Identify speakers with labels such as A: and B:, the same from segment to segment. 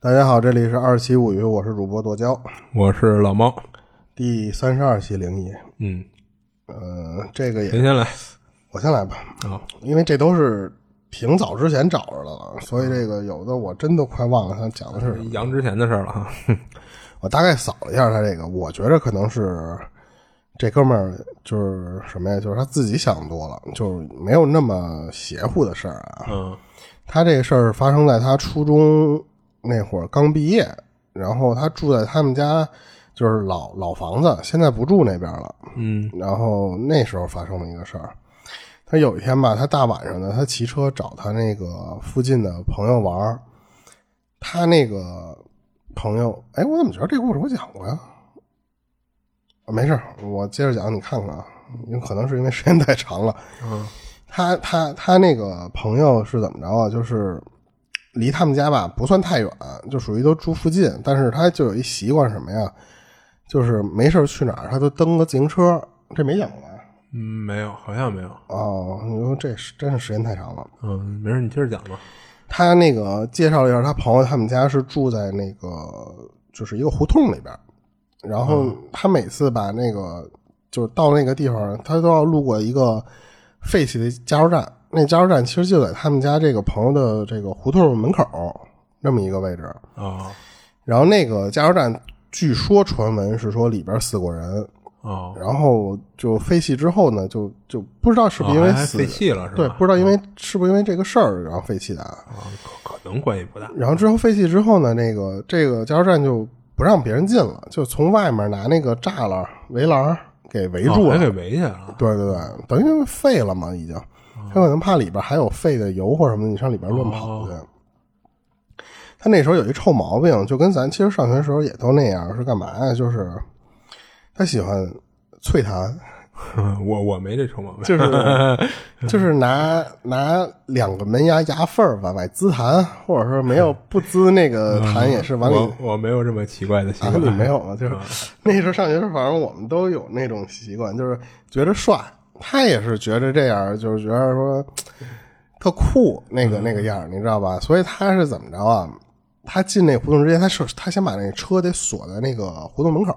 A: 大家好，这里是二七物语，我是主播剁椒，
B: 我是老猫。
A: 第三十二期灵异。
B: 嗯，
A: 呃，这个也
B: 您先来。
A: 我先来吧，
B: 好
A: 因为这都是挺早之前找着的了，所以这个有的我真都快忘了他讲的是什么。
B: 阳之前的事儿了哈。
A: 我大概扫了一下他这个，我觉着可能是这哥们儿就是什么呀，就是他自己想多了，就是没有那么邪乎的事儿啊。
B: 嗯
A: 他这个事儿发生在他初中那会儿刚毕业，然后他住在他们家就是老老房子，现在不住那边了。
B: 嗯
A: 然后那时候发生的一个事儿，他有一天吧，他大晚上呢，他骑车找他那个附近的朋友玩儿，他那个朋友，哎，我怎么觉得这故事我讲过呀？啊没事儿，我接着讲，你看看啊，有可能是因为时间太长了。
B: 嗯
A: 他他他那个朋友是怎么着啊？就是离他们家吧不算太远，就属于都住附近，但是他就有一习惯什么呀？就是没事儿去哪儿他都蹬个自行车，这没讲过吧？
B: 嗯，没有，好像没有。
A: 哦，你说这是真是时间太长了。
B: 嗯，没事，你接着讲吧。
A: 他那个介绍了一下，他朋友他们家是住在那个就是一个胡同里边儿，然后
B: 嗯
A: 他每次把那个就是到那个地方，他都要路过一个废弃的加油站，那加油站其实就在他们家这个朋友的这个胡同门口那么一个位置。
B: 哦
A: 然后那个加油站据说传闻是说里边死过人，
B: 哦，
A: 然后就废弃之后呢，就就不知道是不是因为
B: 哦还还
A: 死
B: 废弃了是吧？
A: 对，不知道因为是不是因为这个事儿然后废弃的啊。
B: 啊，可可能关系不大。
A: 然后之后废弃之后呢，那个这个加油站就不让别人进了，就从外面拿那个栅栏围栏给围住啊
B: 哦
A: 了。
B: 还给围起来了。
A: 对对对，等于废了嘛，已经。
B: 哦
A: 他可能怕里边还有废的油或什么的，你上里边乱跑去。他那时候有一臭毛病，就跟咱其实上学时候也都那样，是干嘛呀？就是他喜欢脆弹，
B: 我我没这臭毛病。
A: 就是
B: 嗯
A: 就是拿拿两个门牙牙缝儿往外滋痰，或者说没有不滋那个痰也是往里
B: 嗯我我没有这么奇怪的习
A: 啊，
B: 惯。
A: 你没有吗？就是那时候上学时候，反正我们都有那种习惯，就是觉得帅。他也是觉得这样，就是觉得说特酷那
B: 嗯
A: 个那个样儿，你知道吧？所以他是怎么着啊？他进那胡同之前，他是他先把那车得锁在那个胡同门口，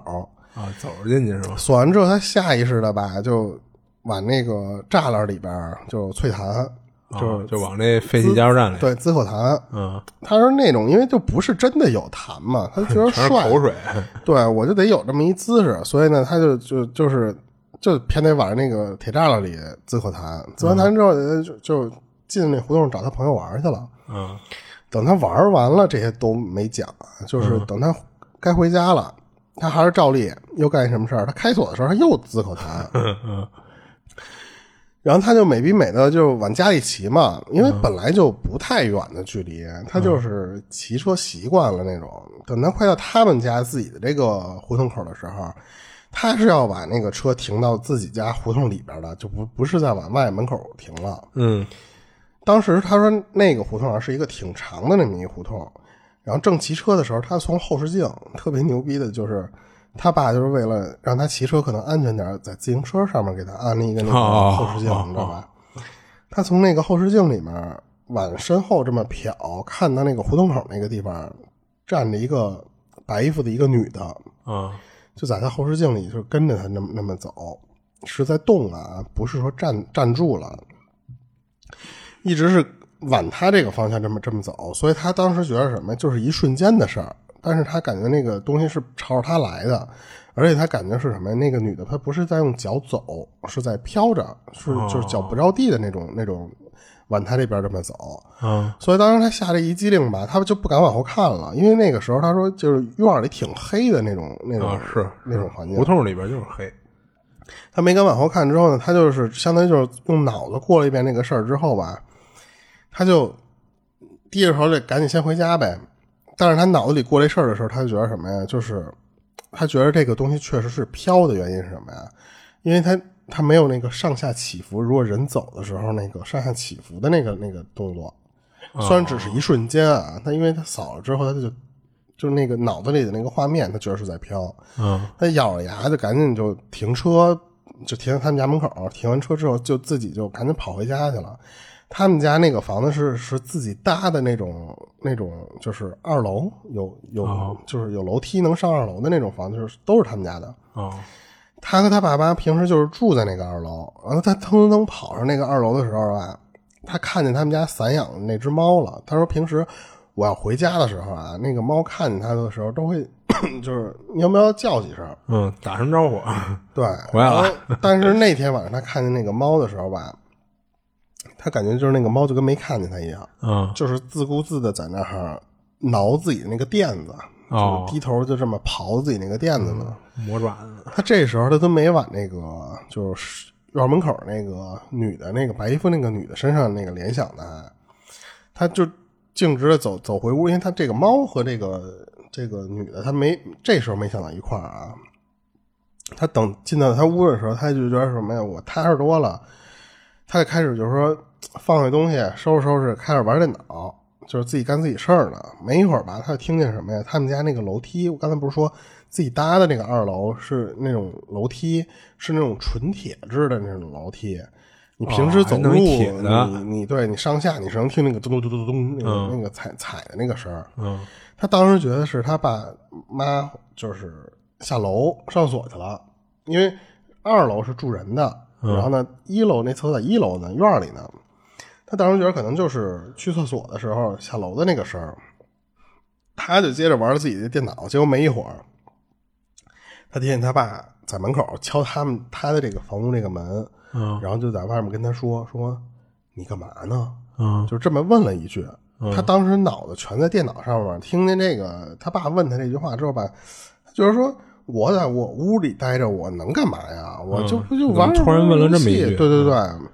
B: 啊，走着进去是吧？
A: 锁完之后，他下意识的吧就往那个栅栏里边儿就啐痰，
B: 啊就往那废弃加油站里。
A: 对，滋口痰。
B: 嗯，
A: 他说那种因为就不是真的有痰嘛，他就觉得
B: 全是
A: 帅，
B: 口水。
A: 对，我就得有这么一姿势，所以呢，他就就就是就偏得往那个铁栅栏里自口痰，自完痰之后呃就就进那胡同找他朋友玩去了。
B: 嗯
A: 等他玩完了，这些都没讲啊，就是等他该回家了，他还是照例又干什么事儿？他开锁的时候他又自口痰，
B: 嗯
A: 然后他就美逼美的就往家里骑嘛，因为本来就不太远的距离，他就是骑车习惯了那种。等他快到他们家自己的这个胡同口的时候，他是要把那个车停到自己家胡同里边的，就不不是在往外门口停了。
B: 嗯
A: 当时他说那个胡同啊是一个挺长的那么一胡同，然后正骑车的时候，他从后视镜特别牛逼的就是。他爸就是为了让他骑车可能安全点儿，在自行车上面给他安了一个那个
B: 哦
A: 后视镜，
B: 哦
A: 你知道吧？他从那个后视镜里面往身后这么瞟，看到那个胡同口那个地方站着一个白衣服的一个女的，
B: 啊
A: 就在他后视镜里就跟着他那么那么走，是在动啊，不是说站站住了，一直是往他这个方向这么这么走，所以他当时觉得什么，就是一瞬间的事儿，但是他感觉那个东西是朝着他来的，而且他感觉是什么，那个女的她不是在用脚走，是在飘着，是就是脚不着地的那种那种往他这边这么走，
B: 啊
A: 所以当时他吓这一激灵吧，他就不敢往后看了，因为那个时候他说就是院儿里挺黑的那种那种、
B: 啊是
A: 那种环境
B: 胡，同里边就是黑。
A: 他没敢往后看之后呢，他就是相当于就是用脑子过了一遍那个事儿之后吧，他就低着头得赶紧先回家呗。但是他脑子里过这事儿的时候，他就觉得什么呀？就是他觉得这个东西确实是飘的原因是什么呀？因为他他没有那个上下起伏，如果人走的时候那个上下起伏的那个那个动作，虽然只是一瞬间啊，但因为他扫了之后，他就就那个脑子里的那个画面，他觉得是在飘。
B: 嗯
A: 他咬着牙就赶紧就停车，就停在他们家门口。停完车之后，就自己就赶紧跑回家去了。他们家那个房子是是自己搭的那种那种，就是二楼有有、
B: 哦
A: 就是有楼梯能上二楼的那种房子，就是都是他们家的。
B: 哦，
A: 他和他爸妈平时就是住在那个二楼，然后他腾腾腾跑上那个二楼的时候啊，他看见他们家散养的那只猫了。他说平时我要回家的时候啊，那个猫看见他的时候都会 就是喵喵叫几声，
B: 嗯，打声招呼，
A: 对，
B: 回来了
A: 然后。但是那天晚上他看见那个猫的时候吧，他感觉就是那个猫就跟没看见他一样，
B: 嗯，
A: 就是自顾自的在那儿挠自己的那个垫子，
B: 哦
A: 就是低头就这么刨自己那个垫子呢。
B: 魔爪子，
A: 他这时候他跟每晚那个就是院门口那个女的那个白衣服那个女的身上那个联想的啊，他就径直的走走回屋，因为他这个猫和这个这个女的他没这时候没想到一块儿啊。他等进到他屋的时候，他就觉得什么呀，我踏实多了。他就开始就是说放下东西，收拾收拾，开始玩电脑，就是自己干自己事儿呢。没一会儿吧，他就听见什么呀？他们家那个楼梯，我刚才不是说自己搭的那个二楼是那种楼梯，是那种纯铁制的那种楼梯。你平时
B: 哦
A: 走
B: 还
A: 路，
B: 弄一铁的
A: 你你对你上下你是能听那个咚咚咚咚咚那个、
B: 嗯
A: 那个踩踩的那个声儿。
B: 嗯，
A: 他当时觉得是他爸妈就是下楼上锁去了，因为二楼是住人的，然后呢，一楼那厕所在一楼呢，院儿里呢。他当时觉得可能就是去厕所的时候下楼的那个声儿，他就接着玩自己的电脑，结果没一会儿，他听见他爸在门口敲他们他的这个房屋这个门，
B: 嗯，
A: 然后就在外面跟他说说你干嘛呢？
B: 嗯，
A: 就这么问了一句。他当时脑子全在电脑上面，听见这个他爸问他这句话之后吧，就是说我在我屋里待着，我能干嘛呀？我就
B: 嗯
A: 不就玩儿、
B: 怎么突然问了这么一
A: 玩儿
B: 句嗯
A: 游戏对对对，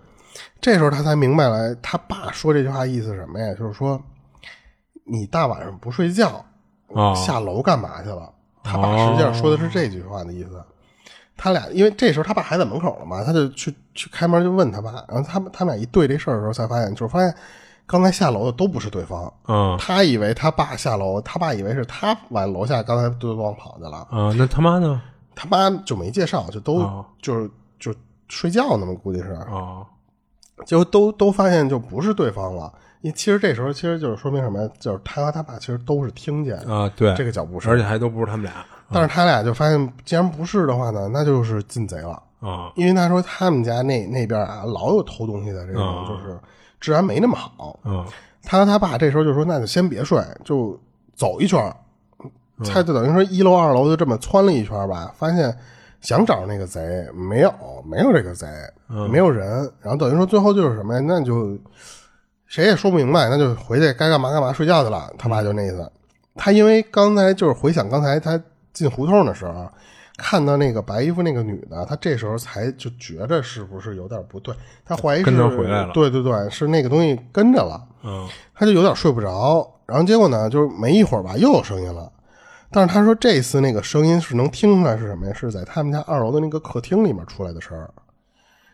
A: 这时候他才明白来，他爸说这句话意思是什么呀？就是说你大晚上不睡觉，
B: 哦
A: 下楼干嘛去了？他爸实际上说的是这句话的意思。他俩因为这时候他爸还在门口了嘛，他就去去开门就问他爸，然后他们他们俩一对这事儿的时候，才发现就是发现刚才下楼的都不是对方，
B: 嗯，
A: 他以为他爸下楼，他爸以为是他往楼下刚才对方跑去了，
B: 啊，那他妈呢？
A: 他妈就没介绍，就都、
B: 哦
A: 就是就睡觉呢嘛，估计是，
B: 哦，
A: 结果都都发现就不是对方了。因为其实这时候其实就是说明什么呀？就是他和他爸其实都是听见
B: 啊，对，
A: 这个脚步声，
B: 而且还都不是他们俩
A: 但是他俩就发现，既然不是的话呢，那就是进贼了。
B: 啊，
A: 因为他说他们家那那边啊，老有偷东西的这种，
B: 啊
A: 就是治安没那么好。
B: 嗯，
A: 他和他爸这时候就说：“那就先别睡，就走一圈儿。”
B: 嗯
A: 他就等于说一楼二楼就这么窜了一圈儿吧，发现想找那个贼没有，没有这个贼，
B: 嗯
A: 没有人。然后等于说最后就是什么呀？那就谁也说不明白，那就回去该干嘛干嘛睡觉去了。他爸就那意
B: 嗯
A: 思。他因为刚才就是回想刚才他进胡同的时候，看到那个白衣服那个女的，他这时候才就觉着是不是有点不对，他怀疑是
B: 跟着回来了
A: 对对对，是那个东西跟着了。
B: 嗯，
A: 他就有点睡不着，然后结果呢，就是没一会儿吧，又有声音了。但是他说这次那个声音是能听出来是什么呀？是在他们家二楼的那个客厅里面出来的声儿。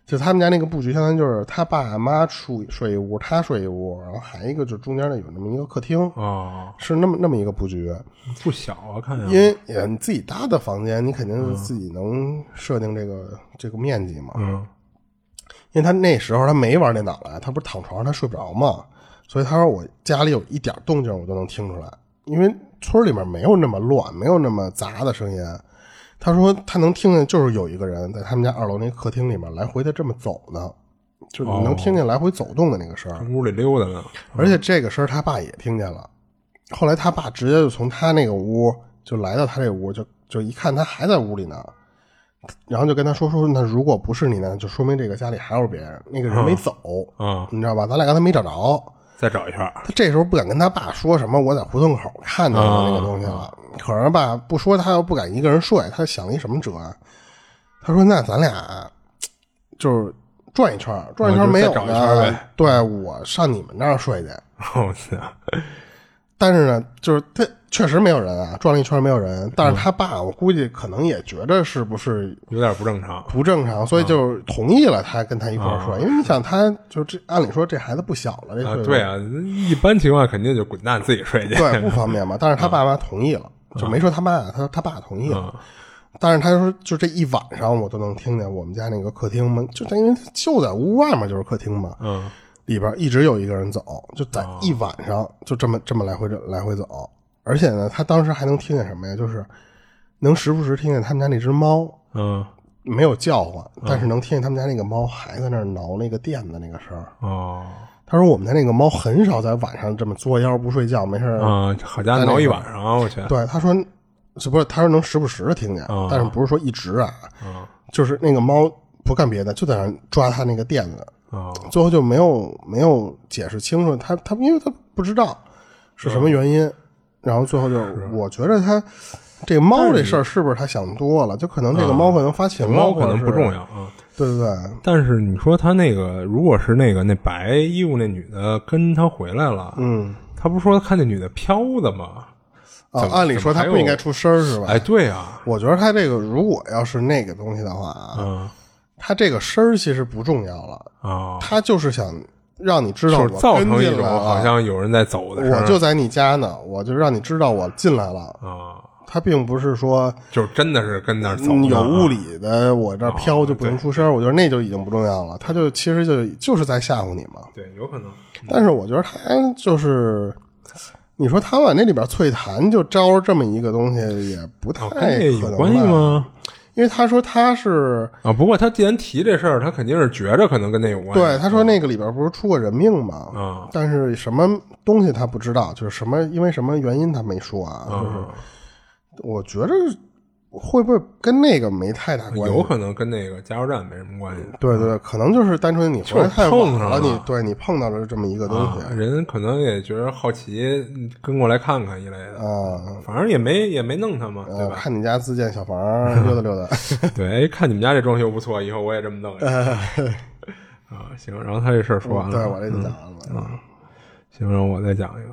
A: 就他们家那个布局，相当于就是他爸妈住睡一屋，他睡一屋，然后还一个就中间的有那么一个客厅，
B: 哦，
A: 是那么那么一个布局。
B: 不小啊，看
A: 因
B: 着，
A: 为呃你自己搭的房间，你肯定是自己能设定这个这个面积嘛。
B: 嗯，
A: 因为他那时候他没玩电脑了，他不是躺床上他睡不着嘛，所以他说我家里有一点动静我都能听出来，因为村里面没有那么乱，没有那么杂的声音。他说他能听见就是有一个人在他们家二楼那客厅里面来回的这么走呢，就你能听见来回走动的那个声儿。
B: 屋里溜达呢，
A: 而且这个声儿他爸也听见了。后来他爸直接就从他那个屋就来到他这屋，就就一看他还在屋里呢，然后就跟他说说，那如果不是你呢，就说明这个家里还有别人，那个人没走，
B: 啊，
A: 你知道吧？咱俩刚才没找着。
B: 再找一圈儿，
A: 他这时候不敢跟他爸说什么，我在胡同口看到
B: 嗯
A: 的那个东西了。可是吧，不说他又不敢一个人睡，他想了一什么辙啊？他说：“那咱俩就是转一圈儿，转一圈儿
B: 啊就
A: 没
B: 再
A: 有
B: 找一
A: 呢
B: 圈儿呗
A: 对我上你们那儿睡去。”
B: 我操，
A: 但是呢，就是他确实没有人
B: 嗯
A: 啊，转了一圈没有人。但是他爸，我估计可能也觉着是不是
B: 有点不正常，
A: 不正常，所以就同意了他跟他一块儿睡。因为你想，他就这按理说这孩子不小了，这
B: 啊
A: 岁，数
B: 对啊，一般情况肯定就滚蛋自己睡去。
A: 对不方便 嘛。但是他爸妈同意了，
B: 嗯
A: 就没说他妈，他他爸同意了。但是他说，就这一晚上我都能听见我们家那个客厅门，就他因为就在屋外面就是客厅嘛，
B: 嗯，
A: 里边一直有一个人走，就在一晚上就这么这么来回着来回走，而且呢，他当时还能听见什么呀？就是能时不时听见他们家那只猫
B: 嗯，
A: 没有叫唤，但是能听见他们家那个猫还在那儿挠那个垫子那个声儿。
B: 哦，
A: 他说我们家那个猫很少在晚上这么作妖不睡觉，没事儿
B: 啊，好家伙，挠一晚上啊，我去，
A: 对，他说，是不是？他说能时不时的听见，
B: 啊
A: 但是不是说一直啊？就是那个猫不干别的，就在那儿抓他那个垫子，
B: 哦，
A: 最后就没有没有解释清楚。他他因为他不知道是什么原因，
B: 嗯
A: 然后最后就我觉得他这个猫这事儿是不是他想多了？就可能这个猫可能发情了，
B: 啊猫可能
A: 或者
B: 不
A: 是
B: 重要。啊。
A: 对对对，
B: 但是你说他那个，如果是那个那白衣服那女的跟他回来了，
A: 嗯
B: 他不是说看那女的飘的吗？
A: 啊，按理说
B: 怎么
A: 他
B: 还有
A: 不应该出声儿是吧？
B: 哎，对啊，
A: 我觉得他这个如果要是那个东西的话啊，
B: 嗯
A: 他这个声儿其实不重要了。
B: 啊，
A: 他就是想让你知道
B: 就
A: 我
B: 是造成
A: 跟
B: 一
A: 进
B: 种
A: 来了啊
B: 好像有人在走的声
A: 我
B: 儿
A: 就在你家呢，我就让你知道我进来了。
B: 啊，
A: 他并不是说
B: 就是真的是跟那儿走
A: 嗯
B: 呢
A: 有
B: 啊哦
A: 物理的，我这儿飘就不能出声，我觉得那就已经不重要了。他就其实就就是在吓唬你嘛。
B: 对，有可能
A: 但是我觉得他就是，你说他往那里边脆弹，就招这么一个东西，也不太
B: 哦，
A: 可
B: 跟这
A: 能
B: 有关系
A: 吧？
B: 吗？
A: 因为他说他是
B: 啊，不过他既然提这事儿，他肯定是觉着可能跟那有关系。哦
A: 对，他说那个里边不是出过人命吗？
B: 嗯
A: 但是什么东西他不知道，就是什么因为什么原因他没说啊。就是
B: 啊，
A: 我觉着会不会跟那个没太大关系？
B: 有可能跟那个加油站没什么关系。
A: 对对对，可能就是单纯你回来太晚
B: 就是碰上了
A: 你对你碰到了这么一个东西
B: 啊，人可能也觉得好奇，嗯跟过来看看一类的，
A: 啊，
B: 反正也没也没弄他嘛，对
A: 呃
B: 吧？
A: 看你家自建小房儿溜达溜达，
B: 对，哎，看你们家这装修不错，以后我也这么 弄一下。啊，行，然后他这事儿说完
A: 嗯对
B: 了，
A: 我这就讲完
B: 嗯
A: 了。
B: 行，然后我再讲一个。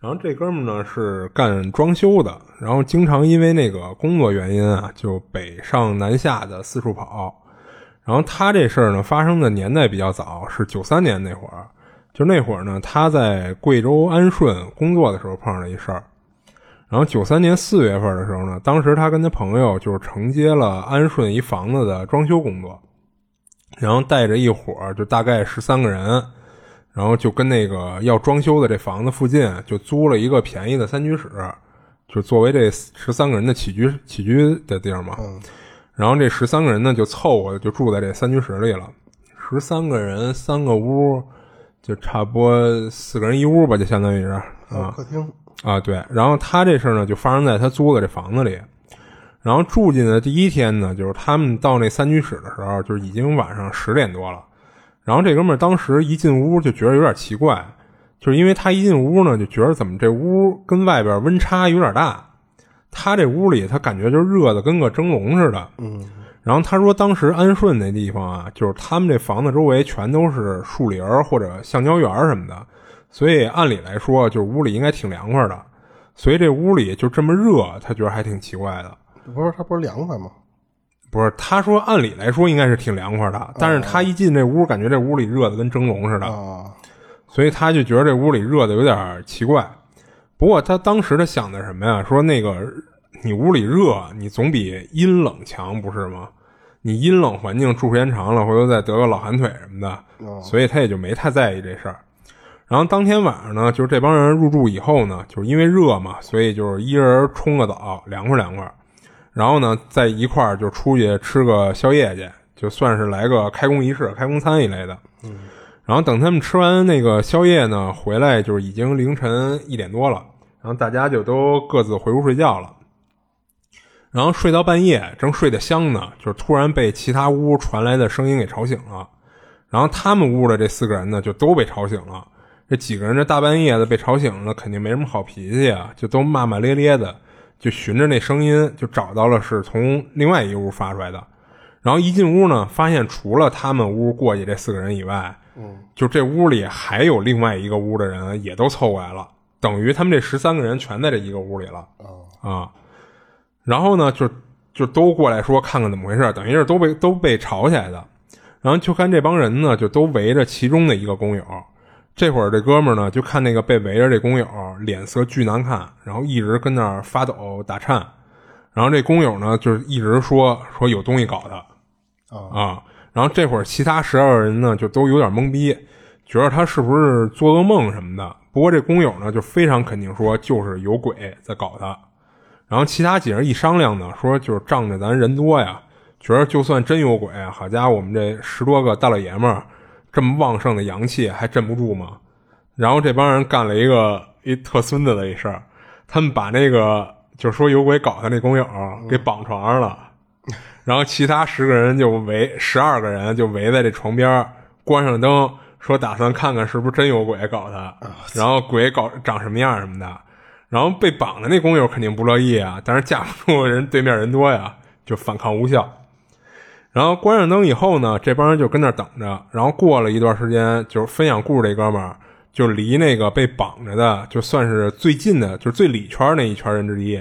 B: 然后这哥们儿呢是干装修的，然后经常因为那个工作原因啊，就北上南下的四处跑。然后他这事儿呢发生的年代比较早，是九三年那会儿，就那会儿呢他在贵州安顺工作的时候碰上了一事儿。然后九三年四月份的时候呢，当时他跟他朋友就是承接了安顺一房子的装修工作，然后带着一伙儿就大概十三个人，然后就跟那个要装修的这房子附近就租了一个便宜的三居室，就作为这十三个人的起居起居的地儿嘛。然后这十三个人呢就凑合就住在这三居室里了，十三个人三个屋，就差不多四个人一屋吧，就相当于是啊。
A: 还有客厅，
B: 啊，对。然后他这事儿呢，就发生在他租的这房子里。然后住进的第一天呢，就是他们到那三居室的时候，就是已经晚上十点多了。然后这哥们儿当时一进屋就觉得有点奇怪，就是因为他一进屋呢，就觉得怎么这屋跟外边温差有点大。他这屋里他感觉就热的跟个蒸笼似的。
A: 嗯，
B: 然后他说，当时安顺那地方啊，就是他们这房子周围全都是树林儿或者橡胶园儿什么的，所以按理来说，就是屋里应该挺凉快的。所以这屋里就这么热，他觉得还挺奇怪的。
A: 不是他不是凉快吗？
B: 不是，他说按理来说应该是挺凉快的，但是他一进这屋，感觉这屋里热的跟蒸笼似的。
A: 啊，
B: 所以他就觉得这屋里热的有点儿奇怪。不过他当时他想的是什么呀？说那个你屋里热，你总比阴冷强，不是吗？你阴冷环境住时间长了，回头再得个老寒腿什么的，所以他也就没太在意这事儿。然后当天晚上呢，就是这帮人入住以后呢，就是因为热嘛，所以就是一人冲个澡，凉快凉快。然后呢，再一块儿就出去吃个宵夜去，就算是来个开工仪式、开工餐一类的。然后等他们吃完那个宵夜呢，回来就是已经凌晨一点多了，然后大家就都各自回屋睡觉了。然后睡到半夜，正睡得香呢，就是突然被其他屋传来的声音给吵醒了。然后他们屋的这四个人呢，就都被吵醒了。这几个人这大半夜的被吵醒了，肯定没什么好脾气啊，就都骂骂咧咧的，就循着那声音就找到了是从另外一屋发出来的。然后一进屋呢，发现除了他们屋过去这四个人以外，就这屋里还有另外一个屋的人也都凑过来了，等于他们这十三个人全在这一个屋里了啊。然后呢，就就都过来说看看怎么回事，等于是都被都被吵起来的。然后就看这帮人呢，就都围着其中的一个工友。这会儿这哥们儿呢，就看那个被围着这工友脸色巨难看，然后一直跟那儿发抖打颤。然后这工友呢，就是一直说说有东西搞他，啊，然后这会儿其他十二人呢就都有点懵逼，觉得他是不是做噩梦什么的。不过这工友呢，就非常肯定说就是有鬼在搞他。然后其他几人一商量呢，说就是仗着咱人多呀，觉得就算真有鬼，好家伙，我们这十多个大老爷们儿这么旺盛的阳气还镇不住吗？然后这帮人干了一个一特孙子的一事儿，他们把那个就是说有鬼搞他那工友啊给绑床上了。然后其他十个人就围，十二个人就围在这床边儿，关上灯，说打算看看是不是真有鬼搞他，然后鬼搞长什么样什么的。然后被绑的那工友肯定不乐意啊，但是架不住人对面人多呀，就反抗无效。然后关上灯以后呢，这帮人就跟那儿等着。然后过了一段时间，就是分享故事这哥们儿就离那个被绑着的，就算是最近的，就是最里圈那一圈人之一。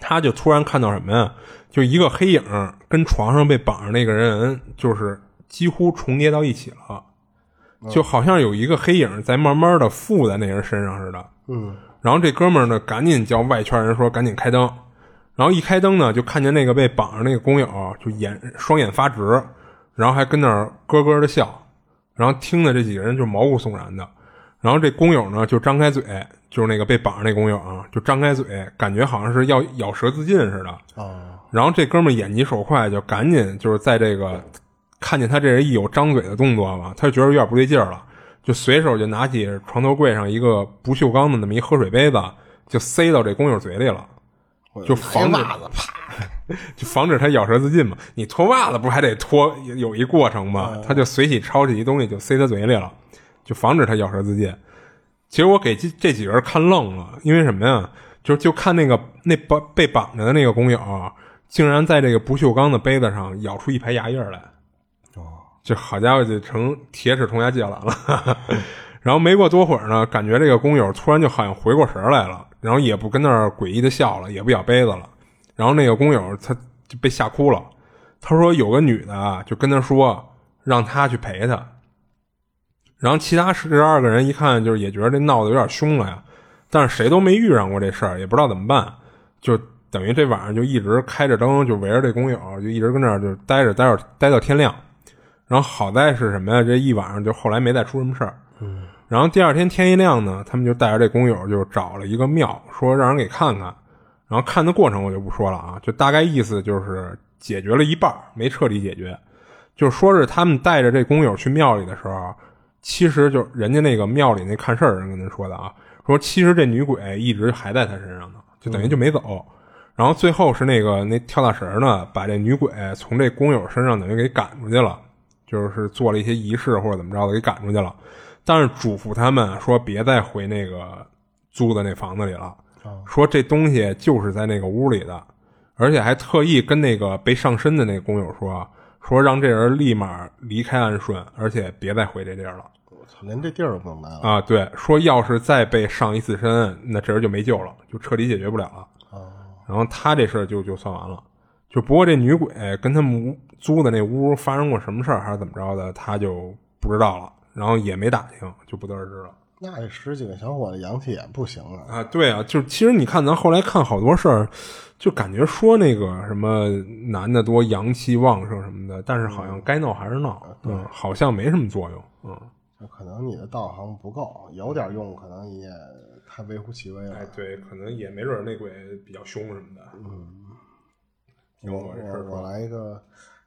B: 他就突然看到什么呀？就一个黑影儿跟床上被绑着那个人，就是几乎重叠到一起了，就好像有一个黑影儿在慢慢的附在那人身上似的。
A: 嗯，
B: 然后这哥们儿呢，赶紧叫外圈人说赶紧开灯。然后一开灯呢，就看见那个被绑着那个工友，就眼双眼发直，然后还跟那儿咯咯的笑，然后听的这几个人就毛骨悚然的。然后这工友呢，就张开嘴，就是那个被绑着那工友啊，就张开嘴，感觉好像是要咬舌自尽似的。
A: 哦，
B: 然后这哥们儿眼疾手快，就赶紧就是在这个看见他这人一有张嘴的动作吧，他就觉得有点不对劲儿了，就随手就拿起床头柜上一个不锈钢的那么一喝水杯子，就塞到这工友嘴里了，就
A: 防
B: 防止
A: 袜子，啪，
B: 就防止他咬舌自尽嘛。你脱袜子不还得脱有一过程吗？
A: 嗯
B: 他就随起抄起一东西就塞他嘴里了，就防止他咬舌自尽。结果给这这几个人看愣了，因为什么呀？就就看那个那绑被绑着的那个工友啊，竟然在这个不锈钢的杯子上咬出一排牙印儿来。这好家伙，就成铁齿铜牙纪晓岚了。 然后没过多会儿呢，感觉这个工友突然就好像回过神儿来了，然后也不跟那儿诡异的笑了，也不咬杯子了。然后那个工友他就被吓哭了，他说有个女的啊，就跟他说让他去陪她。然后其他十二个人一看，就是也觉得这闹得有点凶了呀，但是谁都没遇上过这事儿，也不知道怎么办，就等于这晚上就一直开着灯，就围着这工友，就一直跟那儿就待着，待着待到天亮。然后好在是什么呀？这一晚上就后来没再出什么事儿。嗯。然后第二天天一亮呢，他们就带着这工友就找了一个庙，说让人给看看。然后看的过程我就不说了啊，就大概意思就是解决了一半儿，没彻底解决。就是说是他们带着这工友去庙里的时候，其实就人家那个庙里那看事儿人跟他说的啊，说其实这女鬼一直还在他身上呢，就等于就没走。然后最后是那个那跳大神儿呢，把这女鬼从这工友身上等于给赶出去了，就是做了一些仪式或者怎么着的给赶出去了，但是嘱咐他们说别再回那个租的那房子里了，说这东西就是在那个屋里的，而且还特意跟那个被上身的那个工友说，说让这人立马离开安顺，而且别再回这地儿了。
A: 我操，连这地儿都不能来了
B: 啊，对，说要是再被上一次身，那这人就没救了，就彻底解决不了了。然后他这事儿就就算完了。就不过这女鬼跟他们屋租的那屋发生过什么事儿，还是怎么着的，他就不知道了，然后也没打听，就不得而知了。
A: 那这十几个小伙子阳气也不行啊，
B: 啊，对啊，就是其实你看，咱后来看好多事儿，就感觉说那个什么男的多阳气旺盛什么的，但是好像该闹还是闹，嗯，好像没什么作用，嗯。
A: 就可能你的道行不够，有点用可能也太微乎其微了。
B: 哎，对，可能也没准儿那鬼比较凶什么的。嗯，挺
A: 我
B: 我这事
A: 我
B: 儿啊
A: 我来一个，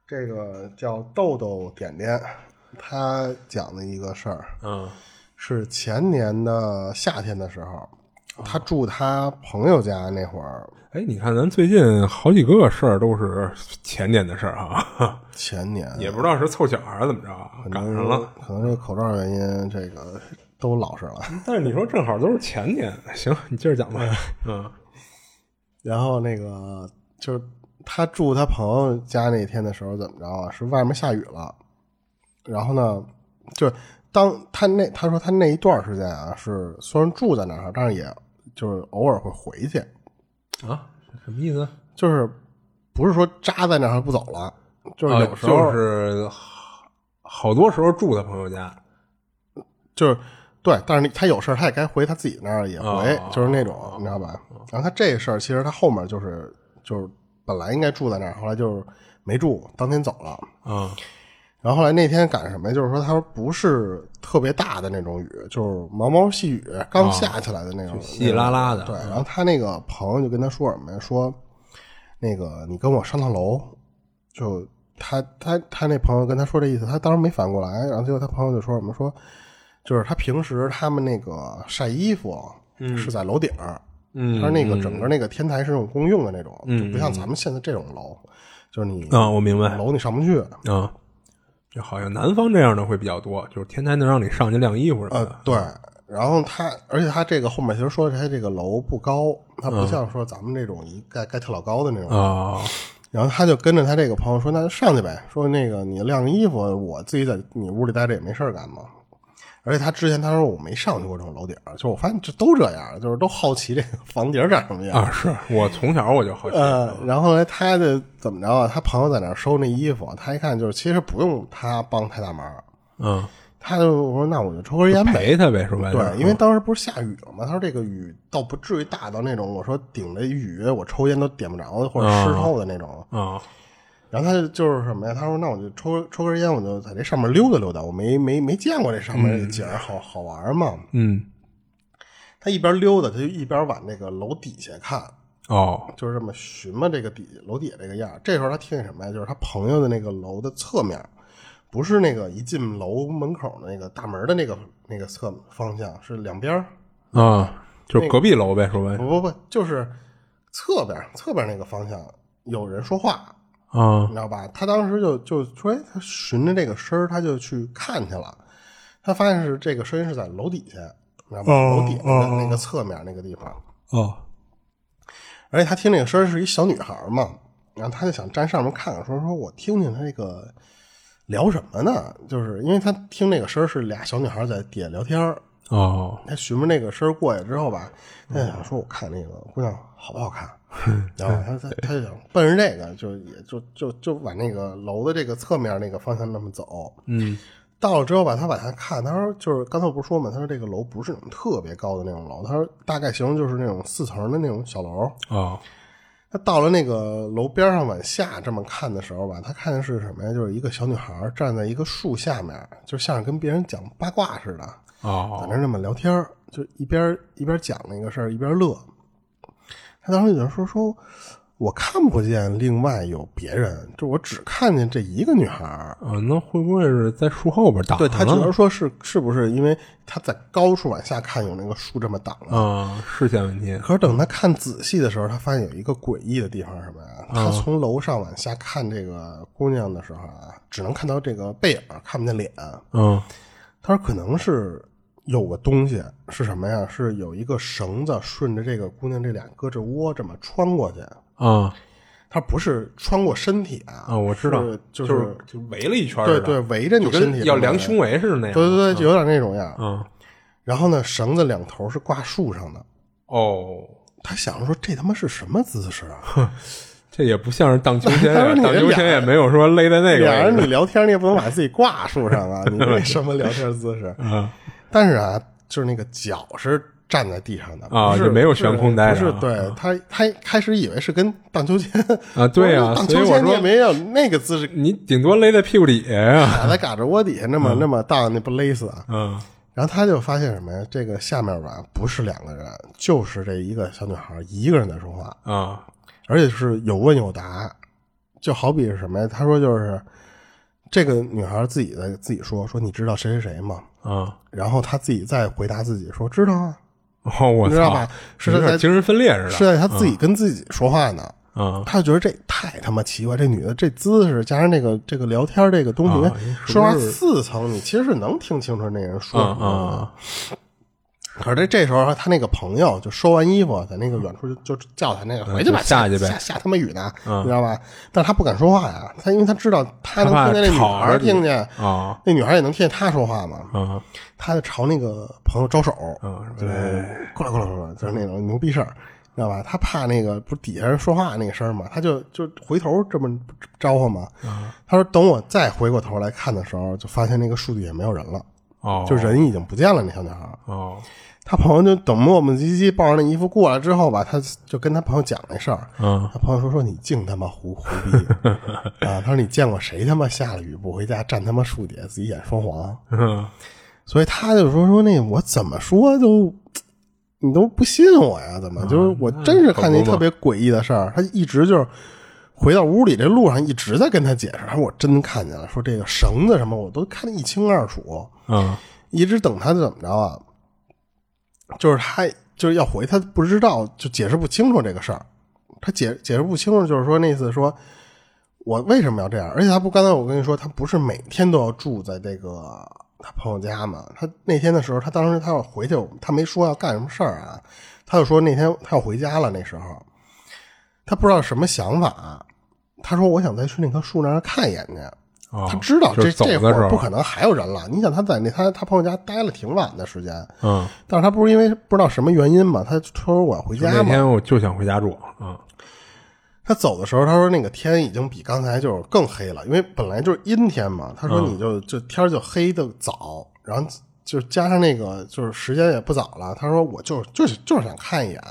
A: 这个叫豆豆点点，他讲的一个事儿
B: 嗯
A: 是前年的夏天的时候，他住他朋友家那会儿，
B: 哎，你看咱最近好几个事儿都是前年的事儿哈，
A: 前年
B: 也不知道是凑巧还是怎么着啊，赶上了。，
A: 可能这口罩原因，这个都老实了。
B: 但是你说正好都是前年，行，你接着讲吧。嗯
A: 然后那个就是他住他朋友家那天的时候，怎么着啊？是外面下雨了，然后呢，就是当他那他说他那一段时间啊，是虽然住在那儿，但是也就是偶尔会回去，
B: 啊，什么意思？
A: 就是不是说扎在那儿不走了，就是有时候、
B: 哦啊就是好好多时候住他朋友家，
A: 就是对，但是他有事儿，他也该回他自己那儿也回，
B: 哦
A: 就是那种你知道吧？然后他这事儿其实他后面就是就是本来应该住在那儿，后来就是没住，当天走了。
B: 啊
A: 然后后来那天赶上什么呀？就是说，他说不是特别大的那种雨，就是毛毛细雨，刚下起来的那种，
B: 稀哦稀拉拉的
A: 那
B: 嗯
A: 种对，然后他那个朋友就跟他说什么呀？说那个你跟我上趟楼，就他他他那朋友跟他说这意思，他当时没反过来，然后结果他朋友就说什么说，就是他平时他们那个晒衣服是在楼顶儿，
B: 嗯
A: 他那个整个那个天台是那种公用的那种，
B: 嗯
A: 就不像咱们现在这种楼，就是你
B: 啊，我明白
A: 楼你上不去，
B: 啊。就好像南方这样的会比较多，就是天台能让你上去晾衣服什么
A: 呃
B: 的。，
A: 对，然后它，而且它这个后面其实说它这个楼不高，它
B: 嗯
A: 不像说咱们这种一盖盖特老高的那种。
B: 啊，
A: 然后他就跟着他这个朋友说：“那就上去呗，说那个你晾个衣服，我自己在你屋里待着也没事儿干嘛。”而且他之前他说我没上去过这种楼顶儿，就是我发现这都这样，就是都好奇这个房顶儿长什么样。
B: 啊，是我从小我就好奇，
A: 呃，然后来他的怎么着啊？他朋友在那儿收那衣服，他一看就是其实不用他帮太大忙，
B: 嗯，
A: 他就我说那我就抽根烟呗。
B: 陪他呗，说白了，
A: 对，因为当时不是下雨了嘛，他说这个雨倒不至于大到那种，我说顶着雨我抽烟都点不着的，或者湿透的那种。
B: 啊，
A: 然后他就就是什么呀？他说那我就抽抽根烟，我就在这上面溜达溜达，我没没没见过这上面的景儿，好好玩嘛。
B: 嗯，
A: 他一边溜达，他就一边往那个楼底下看，
B: 哦，
A: 就是这么寻摸这个底楼底下这个样儿。这时候他听见什么呀？就是他朋友的那个楼的侧面，不是那个一进楼门口的那个大门的那个那个侧方向，是两边儿。
B: 啊，就是隔壁楼呗，说白了，
A: 不不不，就是侧边侧边那个方向有人说话，你
B: 啊，
A: 知道吧？他当时就就说，哎，他循着这个声儿，他就去看去了。他发现是这个声音是在楼底下，你知道吧？
B: 哦
A: 楼底下的
B: 哦
A: 那个侧面那个地方，
B: 哦，
A: 而且他听那个声儿是一小女孩儿嘛，然后他就想站上面看看，说说我听听他那个聊什么呢？就是因为他听那个声儿是俩小女孩儿在底下聊天儿，
B: 哦，
A: 他寻摸那个身儿过去之后吧，他就想说，我看那个姑娘好不好看，然后他他他就想奔着这个，就也就就就往那个楼的这个侧面那个方向那么走。
B: 嗯，
A: 到了之后吧，他往下看，他说就是刚才我不是说嘛，他说这个楼不是那种特别高的那种楼，他说大概形容就是那种四层的那种小楼。
B: 哦，
A: 他到了那个楼边上往下这么看的时候吧，他看的是什么呀？就是一个小女孩站在一个树下面，就像是跟别人讲八卦似的。在
B: 哦，
A: 那儿那么聊天儿，就一边儿一边儿讲那个事儿，一边儿乐。他当时有人说说，我看不见另外有别人，就我只看见这一个女孩儿。
B: 啊，那会不会是在树后边挡
A: 对他
B: 上
A: 觉得
B: 了？
A: 说是是不是因为他在高处往下看有那个树这么挡着？
B: 啊，视线问题，
A: 可是等他看仔细的时候，他发现有一个诡异的地方是什么呀？
B: 啊
A: 他从楼上往下看这个姑娘的时候啊，只能看到这个背影，看不见脸。
B: 嗯，
A: 他说可能是有个东西是什么呀？是有一个绳子顺着这个姑娘这俩胳肢窝这么穿过去。
B: 啊，
A: 他不是穿过身体啊，
B: 啊，我知道
A: 是，就
B: 就是就围了一圈儿
A: 对
B: 的，
A: 对，围着你
B: 就
A: 身体
B: 跟要量
A: 胸，
B: 胸围似的那样，
A: 对对对，就有点那种样。
B: 嗯，
A: 然后呢，绳子两头是挂树上的。
B: 哦，
A: 他想说这他妈是什么姿势 啊？
B: 这也不像是荡秋 千
A: 他说
B: 啊，
A: 你这
B: 荡秋千
A: 俩
B: 也没有说勒在那个
A: 俩人
B: 位
A: 你
B: 置，
A: 聊天你也不能把自己挂树上 啊，你这什么聊天姿势？
B: 嗯，
A: 但是啊，就是那个脚是站在地上的
B: 啊
A: 不是
B: 就没有悬空待着
A: 不是
B: 啊
A: 对他，他开始以为是跟荡秋千
B: 啊对啊
A: 我说荡
B: 所以
A: 秋
B: 我
A: 千你
B: 说
A: 也没有那个姿势，
B: 你顶多勒在屁股底下呀，
A: 卡在嘎肢窝底下那么那么荡，那不勒死啊？
B: 嗯，
A: 然后他就发现什么呀？这个下面吧，不是两个人，就是这一个小女孩一个人在说话，
B: 啊，
A: 而且是有问有答，就好比是什么呀？他说就是这个女孩自己在自己说说你知道谁谁谁吗？
B: 啊，
A: 然后她自己再回答自己说知道啊，
B: 哦，我
A: 你知道
B: 操
A: 吧，？是
B: 有
A: 她在
B: 点精嗯神分裂似
A: 是
B: 的，
A: 在他自己跟自己说话呢。
B: 啊，
A: 他就觉得这太他妈奇怪，这女的这姿势加上这个这个聊天这个东西，
B: 啊
A: 说话
B: 是不是
A: 四层，你其实是能听清楚那人说
B: 啊
A: 什么的。
B: 啊，
A: 可是这这时候，他那个朋友就收完衣服，在那个远处就就叫他那个
B: 嗯
A: 回去吧，
B: 就下
A: 下
B: 去呗
A: 下下他妈雨呢，
B: 嗯
A: 你知道吧？但是他不敢说话呀，他因为他知道他能
B: 他怕
A: 听见那女
B: 吵
A: 孩
B: 着
A: 儿
B: 你
A: 听见，
B: 啊
A: 那女孩儿也能听见他说话嘛，
B: 啊
A: 他就朝那个朋友招手，
B: 啊，
A: 就是过来过来过来，就是那种牛逼事儿，知道吧？他怕那个不是底下人说话那个声儿嘛，他就就回头这么招呼嘛。
B: 嗯
A: 他说等我再回过头来看的时候，就发现那个树底下没有人了，
B: 哦，
A: 就人已经不见了。那小女孩儿，
B: 哦，
A: 他朋友就等磨磨唧唧抱着那衣服过来之后吧，他就跟他朋友讲这事儿。
B: 嗯，
A: 他朋友说：“说你净他妈胡胡逼 啊！”他说：“你见过谁他妈下了雨不回家，站他妈树底下自己演双簧
B: 嗯？”
A: 所以他就说：“说那我怎么说都，你都不信我呀？怎么就是我真是看见一
B: 啊可不嘛
A: 特别诡异的事儿？”他一直就是回到屋里这路上一直在跟他解释，他说：“我真看见了，说这个绳子什么我都看得一清二楚。”
B: 嗯
A: 一直等他怎么着啊？就是他就是要回，他不知道，就解释不清楚这个事儿。他解解释不清楚，就是说那意思说，我为什么要这样？而且他不，刚才我跟你说，他不是每天都要住在这个他朋友家嘛？他那天的时候，他当时他要回去，他没说要干什么事儿啊，他就说那天他要回家了。那时候他不知道什么想法，啊他说我想再去那棵树那儿看一眼去。
B: 哦，
A: 他知道
B: 就
A: 这
B: 是走
A: 这
B: 的
A: 会
B: 时
A: 儿不
B: 候，
A: 可能还有人了。你想他在那他他朋友家待了挺晚的时间，
B: 嗯，
A: 但是他不是因为不知道什么原因嘛，他说我要回
B: 就
A: 家
B: 那
A: 嘛。
B: 天我就想回家住，嗯
A: 他走的时候，他说那个天已经比刚才就是更黑了，因为本来就是阴天嘛。他说你就就天儿就黑的早，然后就加上那个就是时间也不早了。他说我就就是就是想看一眼，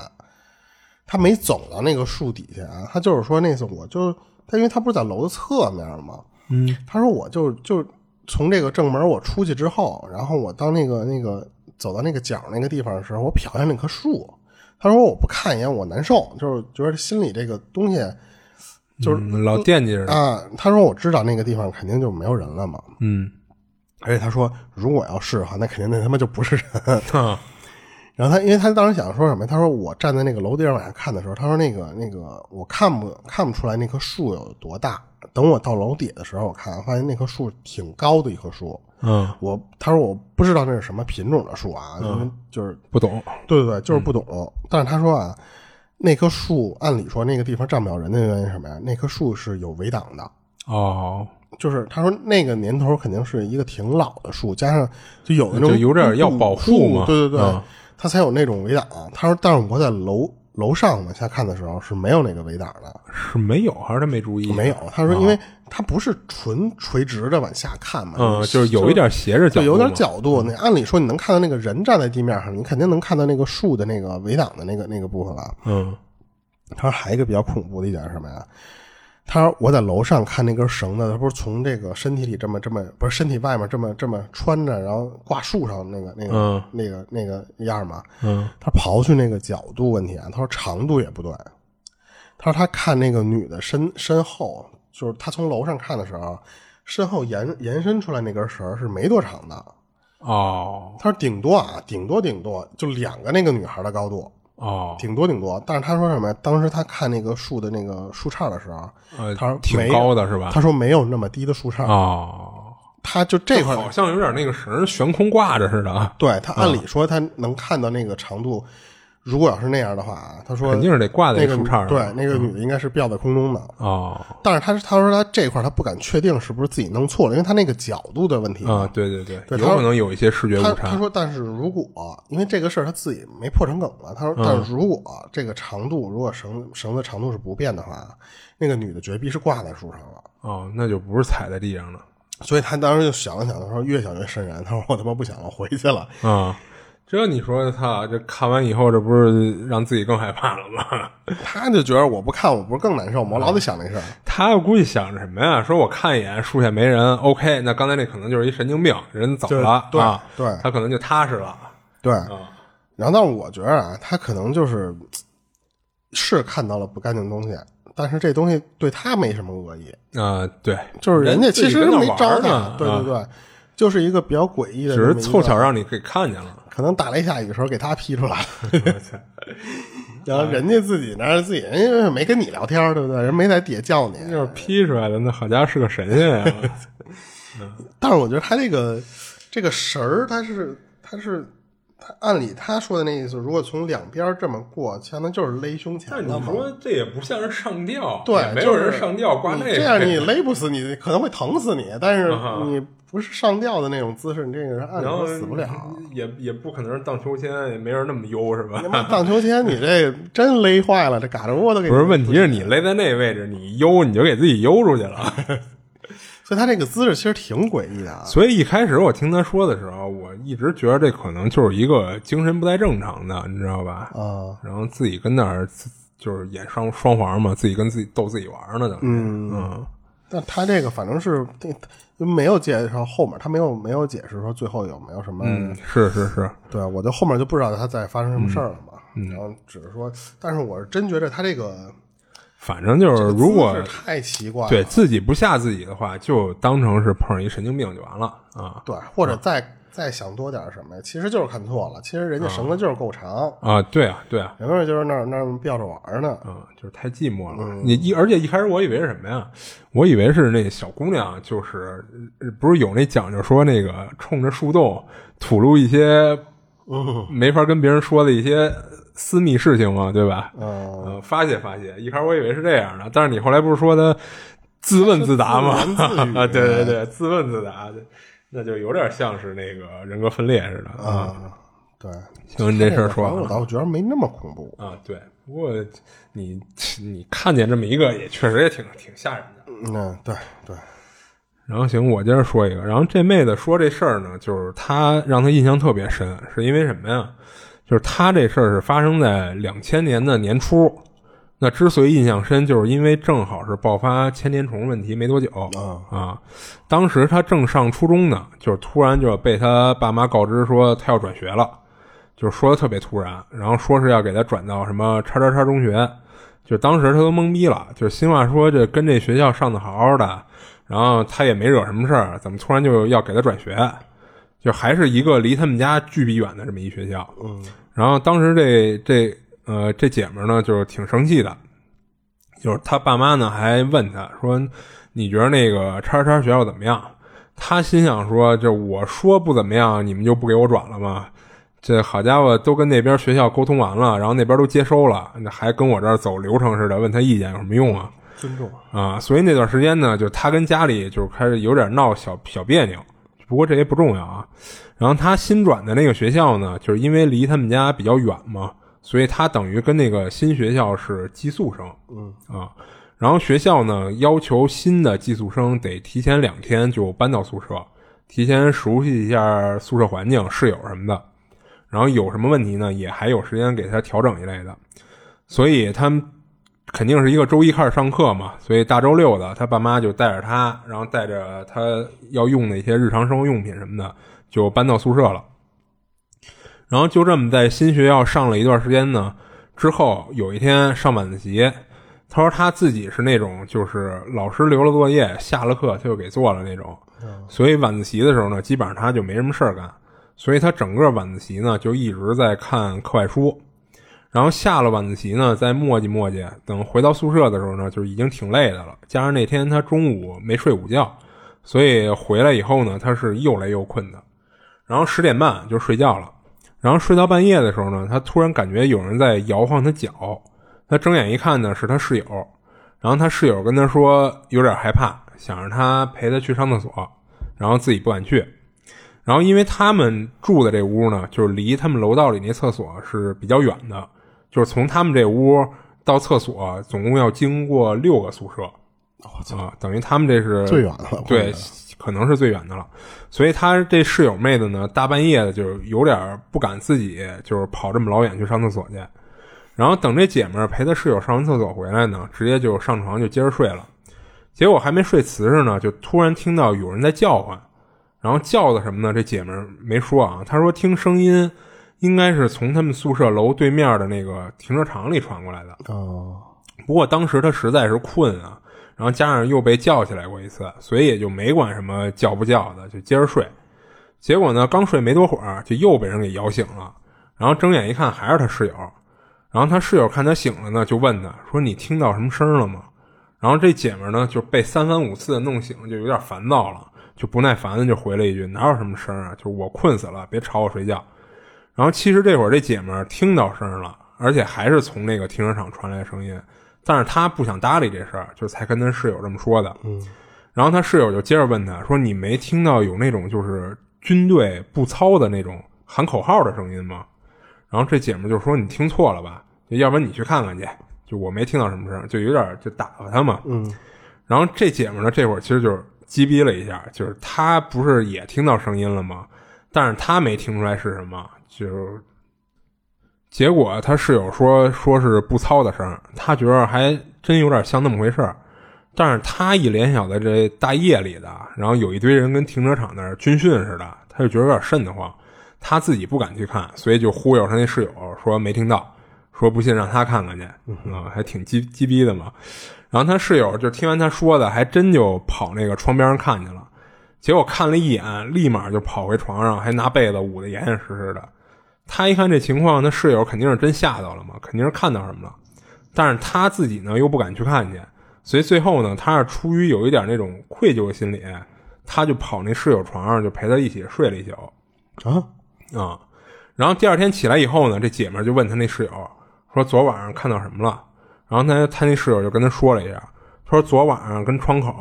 A: 他没走到那个树底下啊，他就是说那次我就他因为他不是在楼的侧面嘛，
B: 嗯
A: 他说我就就从这个正门我出去之后，然后我到那个那个走到那个角那个地方的时候，我瞟一下那棵树。他说我不看一眼我难受，就是觉得心里这个东西就是
B: 嗯老惦记着呢，
A: 啊。他说我知道那个地方肯定就没有人了嘛，
B: 嗯
A: 而且他说如果要是哈，那肯定那他妈就不是人。
B: 啊
A: 然后他，因为他当时想说什么，他说我站在那个楼顶往下看的时候，他说那个那个我看不看不出来那棵树有多大。等我到楼底的时候，我看发现那棵树挺高的一棵树，
B: 嗯，
A: 我他说我不知道那是什么品种的树啊，因为就是
B: 不懂，
A: 对对对，就是
B: 嗯
A: 不懂。但是他说啊，那棵树按理说那个地方站不了人的原因是什么呀？那棵树是有围挡的，
B: 哦，
A: 就是他说那个年头肯定是一个挺老的树，加上就有的那种
B: 就有点要保护
A: 古树
B: 嘛
A: 对对对，
B: 嗯
A: 他才有那种围挡。他说，但是我在楼楼上往下看的时候是没有那个围挡的，
B: 是没有还是他没注意？
A: 没有。他
B: 啊
A: 说，因为它不是纯垂直的往下看嘛，
B: 嗯，就是有一点斜着
A: 就
B: 角度，嗯
A: 有点，角度。那按理说你能看到那个人站在地面上，你肯定能看到那个树的那个围挡的那个那个部分了。
B: 嗯
A: 他说还有一个比较恐怖的一点是什么呀？他说我在楼上看那根绳子，它不是从这个身体里这么这么不是身体外面这么这么穿着，然后挂树上那个那个、
B: 嗯
A: 那个那个样嘛。
B: 嗯
A: 他刨去那个角度问题啊，他说长度也不对。他说他看那个女的身身后，就是他从楼上看的时候，身后延延伸出来那根绳儿是没多长的。
B: 哦
A: 他说顶多啊，顶多顶多就两个那个女孩的高度，
B: 哦，
A: 顶多顶多。但是他说什么呀？当时他看那个树的那个树杈的时候，
B: 呃
A: 他说，没
B: 挺
A: 有
B: 高的是吧？
A: 他说没有那么低的树杈，
B: 哦，
A: 他就这块
B: 好像有点那个绳儿悬空挂着似的啊，
A: 对他按理说他能看到那个长度，如果要是那样的话啊，他说
B: 肯定是得挂在
A: 那个
B: 树杈上。
A: 对，那个女的应该是吊在空中的。
B: 哦
A: 但是他他说他这块他不敢确定是不是自己弄错了，因为他那个角度的问题
B: 啊，对对对，
A: 对
B: 有
A: 他
B: 可能有一些视觉
A: 他
B: 误
A: 他
B: 差。
A: 说，但是如果因为这个事儿他自己没破成梗了，
B: 嗯
A: 他说，但是如果这个长度，如果绳绳子长度是不变的话，啊那个女的绝壁是挂在树上了。
B: 哦，那就不是踩在地上了
A: 所以他当时就想了想，他说越想越瘆人，他 说我他妈不想了，回去了。
B: 啊。这你说，操，这看完以后，这不是让自己更害怕了吗？
A: 他就觉得我不看，我不是更难受吗？我老得想那事儿。
B: 他估计想着什么呀？说我看一眼树下没人，OK，那刚才那可能就是一神经病，人走了，
A: 对
B: 啊
A: 对
B: 他可能就踏实了。
A: 对，
B: 嗯
A: 然后但是我觉得啊，他可能就是是看到了不干净的东西，但是这东西对他没什么恶意，
B: 啊、对，
A: 就是人家
B: 自己
A: 其实
B: 跟那
A: 没
B: 玩
A: 招
B: 儿
A: 他
B: 呢，，
A: 对
B: 啊
A: 对对，就是一个比较诡异的，
B: 只是凑巧让你给看见了。
A: 可能打雷下雨的时候给他劈出 来了， 然后人家自己那儿自己人家没跟你聊天儿，对不对？人没在底下叫你。
B: 要是劈出来的，那好家伙是个神仙啊 呀、
A: 但是我觉得他这个这个绳儿，他是他是他按理他说的那意思，如果从两边儿这么过，相当于就是勒胸前
B: 但
A: 了
B: 你
A: 嘛。
B: 说这也不像是上吊，
A: 对
B: 也，没有
A: 就是
B: 人上吊挂那
A: 你
B: 个。
A: 这样你勒不死你，可能会疼死你，但是
B: 啊哈
A: 你不是上吊的那种姿势，你这个人按理
B: 然
A: 说
B: 后
A: 死不了。
B: 也也不可能是荡秋千，也没人那么优是吧
A: 他？妈荡秋千，你这真勒坏了，这嘎吱窝都给
B: 不是，问题是你勒在那位置，你悠你就给自己悠出去了。
A: 所以他这个姿势其实挺诡异的啊。
B: 所以一开始我听他说的时候，我一直觉得这可能就是一个精神不太正常的，你知道吧？
A: 啊，
B: 然后自己跟那儿自就是演双双簧嘛，自己跟自己逗自己玩儿呢，等于嗯
A: 但他这个反正是没有介绍后面，他没有没有解释说最后有没有什么
B: 嗯，是是是，
A: 对，啊我就后面就不知道他再发生什么事儿了嘛。
B: 嗯
A: 然后只是说，但是我是真觉得他这个
B: 反正就是如果
A: 姿势太奇怪了，
B: 对自己不吓自己的话，就当成是碰上一神经病就完了啊
A: 对，或者再、再想多点什么呀，其实就是看错了。其实人家绳子就是够长，
B: 啊，对啊对啊，
A: 有的人就是那儿那儿吊着玩儿呢。
B: 嗯，就是太寂寞了。
A: 嗯
B: 你一而且一开始我以为是什么呀？我以为是那小姑娘，就是呃不是有那讲究说那个冲着树洞吐露一些
A: 嗯
B: 没法跟别人说的一些私密事情嘛，对吧？
A: 嗯，
B: 嗯，发泄发泄。一开始我以为是这样的，但是你后来不是说他自问自答吗？
A: 自言自语
B: 啊，对对对，自问自答，那就有点像是那个人格分裂似的啊。
A: 嗯对，
B: 行，你这事儿说完
A: 我
B: 了。
A: 倒觉得没那么恐怖。
B: 啊，对。不过你你看见这么一个，也确实也挺挺吓人的。
A: 嗯，对对，
B: 然后行，我接着说一个。然后这妹子说这事儿呢，就是她让她印象特别深，是因为什么呀？就是她这事儿是发生在两千年的年初。那之所以印象深，就是因为正好是爆发千年虫问题没多久啊。当时她正上初中呢，就是突然就被她爸妈告知说她要转学了。就是说的特别突然，然后说是要给他转到什么叉叉叉中学，就当时他都懵逼了，就是心话说这跟这学校上的好好的，然后他也没惹什么事儿，怎么突然就要给他转学？就还是一个离他们家巨比远的这么一学校。嗯，然后当时这这呃这姐们儿呢，就是挺生气的，就是他爸妈呢还问他说：“你觉得那个叉叉叉学校怎么样？”他心想说：“就我说不怎么样，你们就不给我转了吗？这好家伙，都跟那边学校沟通完了，然后那边都接收了，那还跟我这儿走流程似的，问他意见有什么用啊？
A: 尊重。
B: 啊，所以那段时间呢，就他跟家里就开始有点闹小小别扭，不过这也不重要啊。然后他新转的那个学校呢，就是因为离他们家比较远嘛，所以他等于跟那个新学校是寄宿生，嗯啊。然后学校呢要求新的寄宿生得提前两天就搬到宿舍，提前熟悉一下宿舍环境、室友什么的。然后有什么问题呢，也还有时间给他调整一类的。所以他们肯定是一个周一开始上课嘛，所以大周六的他爸妈就带着他，然后带着他要用的一些日常生活用品什么的，就搬到宿舍了。然后就这么在新学校上了一段时间呢，之后有一天上晚自习，他说他自己是那种就是老师留了作业，下了课他就给做了那种，所以晚自习的时候呢，基本上他就没什么事儿干，所以他整个晚自习呢就一直在看课外书。然后下了晚自习呢，再磨叽磨叽，等回到宿舍的时候呢，就是已经挺累的了。加上那天他中午没睡午觉，所以回来以后呢，他是又累又困的。然后十点半就睡觉了，然后睡到半夜的时候呢，他突然感觉有人在摇晃他脚，他睁眼一看呢，是他室友。然后他室友跟他说有点害怕，想让他陪他去上厕所，然后自己不敢去。然后因为他们住的这屋呢，就是离他们楼道里那厕所是比较远的，就是从他们这屋到厕所总共要经过六个宿舍。我操、等于他们这是
A: 最远的了我觉
B: 对
A: 得，
B: 可能是最远的了。所以他这室友妹子呢，大半夜的就是有点儿不敢自己就是跑这么老远去上厕所去。然后等这姐们儿陪她室友上完厕所回来呢，直接就上床就接着睡了。结果还没睡瓷实呢，就突然听到有人在叫唤，然后叫的什么呢？这姐们儿没说啊，她说听声音应该是从他们宿舍楼对面的那个停车场里传过来的。
A: 哦，
B: 不过当时他实在是困啊，然后加上又被叫起来过一次，所以也就没管什么叫不叫的，就接着睡。结果呢，刚睡没多会儿，就又被人给摇醒了。然后睁眼一看，还是他室友。然后他室友看他醒了呢，就问他说：“你听到什么声了吗？”然后这姐们儿呢，就被三番五次的弄醒，就有点烦躁了，就不耐烦的就回了一句：“哪有什么声啊？就是我困死了，别吵我睡觉。”然后其实这会儿这姐们儿听到声儿了，而且还是从那个停车场传来的声音，但是她不想搭理这事儿，就才跟她室友这么说的。嗯，然后她室友就接着问她说：“你没听到有那种就是军队步操的那种喊口号的声音吗？”然后这姐们儿就说：“你听错了吧？就要不然你去看看去。”就我没听到什么声儿，就有点儿就打发她嘛。嗯。然后这姐们儿呢，这会儿其实就是击毙了一下，就是他不是也听到声音了吗？但是他没听出来是什么，就是结果他室友说说是步操的声儿，他觉得还真有点像那么回事儿。但是他一联想到这大夜里的，然后有一堆人跟停车场那儿军训似的，他就觉得有点瘆得慌，他自己不敢去看，所以就忽悠他那室友说没听到，说不信让他看看去，啊、还挺鸡鸡逼的嘛。然后他室友就听完他说的，还真就跑那个窗边上看去了，结果看了一眼，立马就跑回床上，还拿被子捂得严严实实的。他一看这情况，他室友肯定是真吓到了嘛，肯定是看到什么了。但是他自己呢又不敢去看去，所以最后呢，他是出于有一点那种愧疚心理，他就跑那室友床上就陪他一起睡了一宿
A: 啊，
B: 啊、然后第二天起来以后呢，这姐们儿就问他那室友说昨晚上看到什么了，然后他他那室友就跟他说了一下，他说昨晚上跟窗口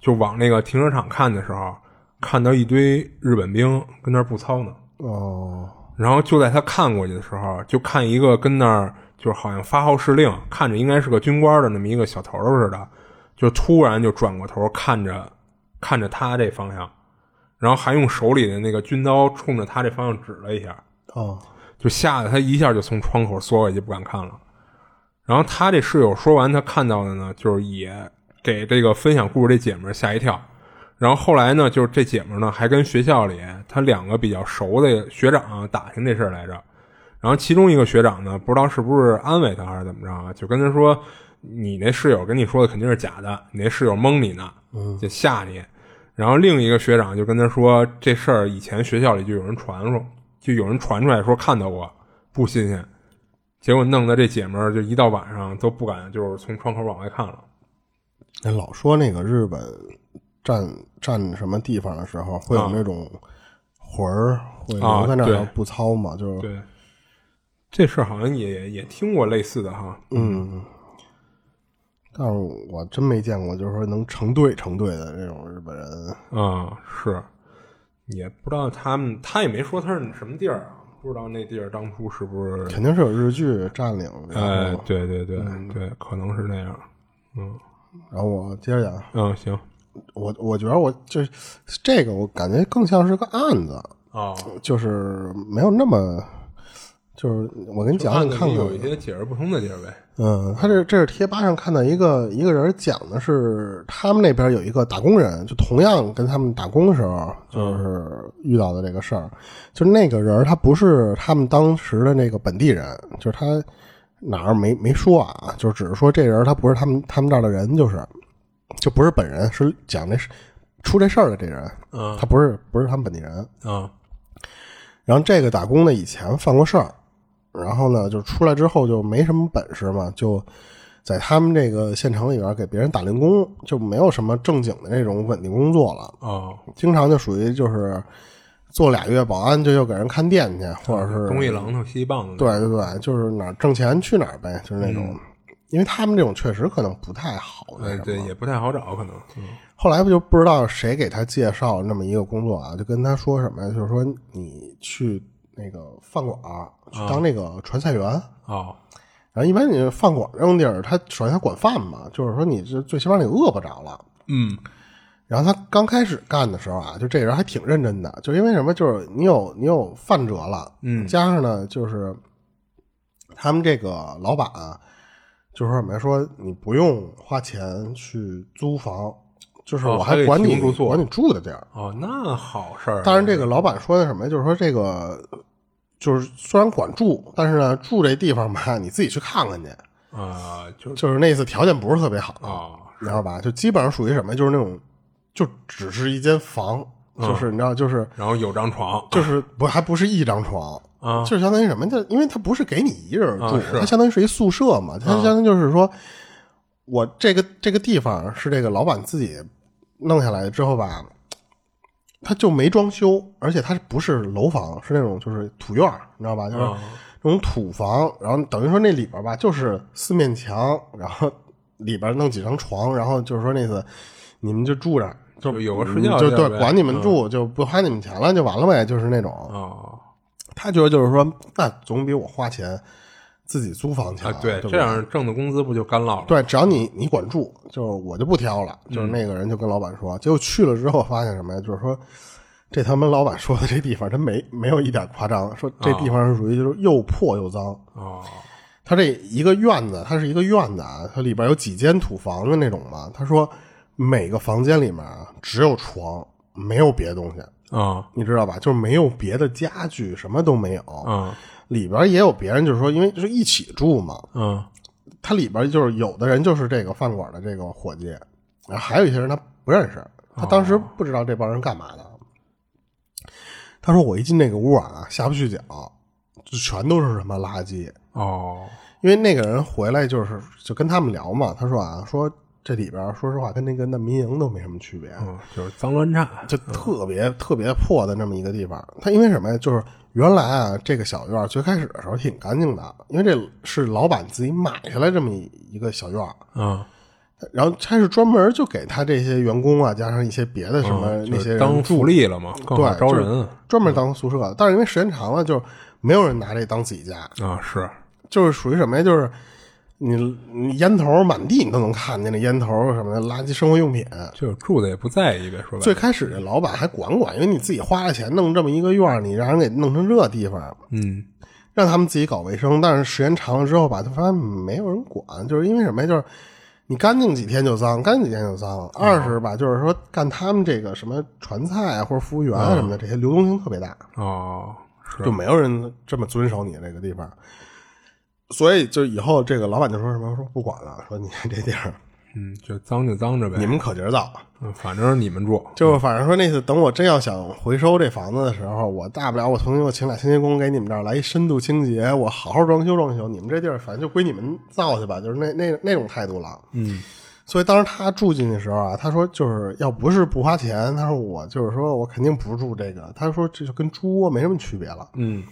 B: 就往那个停车场看的时候，看到一堆日本兵跟那儿步操呢。
A: 哦，
B: 然后就在他看过去的时候，就看一个跟那儿就是好像发号施令，看着应该是个军官的那么一个小头儿似的，就突然就转过头看着看着他这方向，然后还用手里的那个军刀冲着他这方向指了一下，
A: 哦，
B: 就吓得他一下就从窗口缩回去不敢看了。然后他这室友说完他看到的呢，就是也给这个分享故事这姐们儿吓一跳。然后后来呢，就是这姐们儿呢还跟学校里她两个比较熟的学长啊、打听这事儿来着。然后其中一个学长呢，不知道是不是安慰他还是怎么着啊，就跟他说：“你那室友跟你说的肯定是假的，你那室友蒙你呢，就吓你。”然后另一个学长就跟他说：“这事儿以前学校里就有人传说，就有人传出来说看到过，不新鲜。”结果弄得这姐们儿就一到晚上都不敢，就是从窗口往外看了。
A: 那老说那个日本占占什么地方的时候，会有
B: 啊
A: 那种魂儿会
B: 啊
A: 留在那儿
B: 对
A: 然后不操嘛，就是
B: 对，这事儿好像也也听过类似的哈。
A: 嗯，但是我真没见过，就是说能成对成对的这种日本人。
B: 啊、是，也不知道他们，他也没说他是什么地儿啊，不知道那地儿当初是不是
A: 肯定是有日剧占领，然后,、
B: 哎，对对对、对，可能是那样。
A: 然后我接着讲，
B: 嗯，行
A: 我我觉得我就是这个，我感觉更像是个案子，
B: 啊，
A: 就是没有那么，就是我跟你讲，你
B: 就
A: 看
B: 案子里
A: 看
B: 有一些解释不通的地儿呗。
A: 嗯，他这这是贴吧上看到一个一个人讲的是他们那边有一个打工人，就同样跟他们打工的时候，就是遇到的这个事儿。就那个人儿他不是他们当时的那个本地人，就是他哪儿没没说啊，就只是说这人儿他不是他们他们这儿的人，就是就不是本人，是讲这事出这事儿的这人，
B: 嗯
A: 他不是不是他们本地人。
B: 啊
A: 然后这个打工呢，以前犯过事儿，然后呢，就出来之后就没什么本事嘛，就在他们这个县城里边给别人打零工，就没有什么正经的那种稳定工作了，
B: 哦，
A: 经常就属于就是做俩月保安，就又给人看店去，或者是
B: 东一榔头西一棒子。
A: 对对对，就是哪儿挣钱去哪儿呗，就是那种。因为他们这种确实可能不太好，那
B: 哎，
A: 什
B: 对，
A: 么。
B: 也不太好找，可能。嗯
A: 后来不就不知道谁给他介绍那么一个工作啊，就跟他说什么呀，就是说你去那个饭馆儿去当那个传菜员。
B: 哦，
A: 然后一般你饭馆这种地儿，他首先他管饭嘛，就是说你这最起码你饿不着了。
B: 嗯
A: 然后他刚开始干的时候啊，就这人还挺认真的，就因为什么，就是你有你有饭辙了，
B: 嗯
A: 加上呢，就是他们这个老板啊、就说什么呀说你不用花钱去租房，就是
B: 哦
A: 我
B: 还给
A: 管
B: 提
A: 你、
B: 供住宿
A: 管你住的地儿。
B: 哦，那好事儿。
A: 当然，这个老板说的什么呀，就是说这个就是虽然管住，但是呢，住这地方吧，你自己去看看去。
B: 啊、就
A: 就是那次条件不是特别好，
B: 啊
A: 你知道吧？就基本上属于什么，就是那种就只是一间房，
B: 嗯
A: 就是你知道，就是
B: 然后有张床，
A: 就是不还不是一张床。
B: 啊
A: 就是相当于什么？就因为它不是给你一个人
B: 啊
A: 住，
B: 是啊
A: 它相当于是一宿舍嘛。它相当于就是说，我这个这个地方是这个老板自己弄下来之后吧，他就没装修，而且它不是楼房，是那种就是土院儿，你知道吧？就是
B: 啊
A: 那种土房，然后等于说那里边吧，就是四面墙，然后里边弄几张床，然后就是说那次你们就住这儿，
B: 就有个睡
A: 你
B: 觉
A: 们
B: 的
A: 就
B: 地儿
A: 对
B: 呗嗯
A: 管你们住，就不花你们钱了，就完了呗，就是那种。
B: 哦
A: 他觉得就是说，那总比我花钱自己租房强
B: 啊，对，
A: 不
B: 这样挣的工资不就干落了？
A: 对，只要你你管住，就是我就不挑了。就是
B: 嗯
A: 那个人就跟老板说，结果去了之后发现什么呀？就是说，这他们老板说的这地方，真没没有一点夸张，说这
B: 啊
A: 地方是属于就是又破又脏。
B: 哦，
A: 他这一个院子，它是一个院子啊，它里边有几间土房的那种嘛。他说每个房间里面啊，只有床，没有别的东西，
B: 啊
A: 你知道吧？就是没有别的家具，什么都没有。
B: 啊
A: 里边也有别人，就是说，因为就是一起住嘛，
B: 啊
A: 它里边就是有的人就是这个饭馆的这个伙计，然后还有一些人他不认识，他当时不知道这帮人干嘛的。他说我一进那个屋啊，下不去脚，就全都是什么垃圾。
B: 哦
A: 因为那个人回来就是就跟他们聊嘛，他说啊，说这里边说实话跟那个难民营都没什么区别，
B: 嗯，就是脏乱差
A: 就特别、特别破的那么一个地方。它因为什么呀？就是原来啊，这个小院儿最开始的时候挺干净的，因为这是老板自己买下来这么一一个小院儿，
B: 啊，
A: 然后他是专门就给他这些员工啊，加上一些别的什么
B: 嗯
A: 那些
B: 就是
A: 人
B: 当
A: 住
B: 福利了嘛，更好
A: 对，
B: 招
A: 就是
B: 人啊
A: 专门当宿舍。但是因为时间长了，就没有人拿这当自己家，
B: 啊，是
A: 就是属于什么呀？就是你你烟头满地你都能看见，那烟头什么的垃圾生活用品。
B: 就是住的也不在意呗，说白
A: 最
B: 了，
A: 开始这老板还管管，因为你自己花了钱弄这么一个院儿，你让人给弄成这地方，
B: 嗯
A: 让他们自己搞卫生。但是时间长了之后吧，他发现没有人管，就是因为什么呀？就是你干净几天就脏，干净几天就脏。二是吧，就是说干他们这个什么传菜啊，或者服务员啊什么的，这些流动性特别大，
B: 哦是
A: 就没有人这么遵守你这个地方。所以就以后这个老板就说什么说不管了，说你这地儿
B: 嗯，就脏就脏着呗
A: 你，们可劲儿造。
B: 嗯反正你们住
A: 就反正说那次等我真要想回收这房子的时候，我大不了我重新我请俩清洁工给你们这儿来一深度清洁，我好好装修装修，你们这地儿反正就归你们造去吧，就是那那那种态度了。
B: 嗯，
A: 所以当时他住进去的时候啊，他说就是要不是不花钱，他说我就是说我肯定不住这个，他说这就跟猪窝没什么区别了。
B: 嗯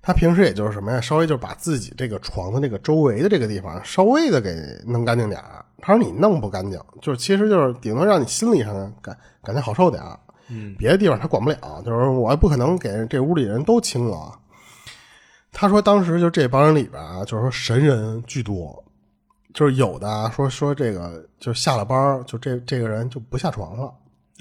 A: 他平时也就是什么呀，稍微就是把自己这个床的这个周围的这个地方稍微的给弄干净点儿。他说你弄不干净，就是其实就是顶多让你心理上感感觉好受点儿。
B: 嗯，
A: 别的地方他管不了，就是我也不可能给这屋里人都清了啊。他说当时就这帮人里边啊，就是说神人居多，就是有的啊说说这个就是下了班儿就这这个人就不下床了。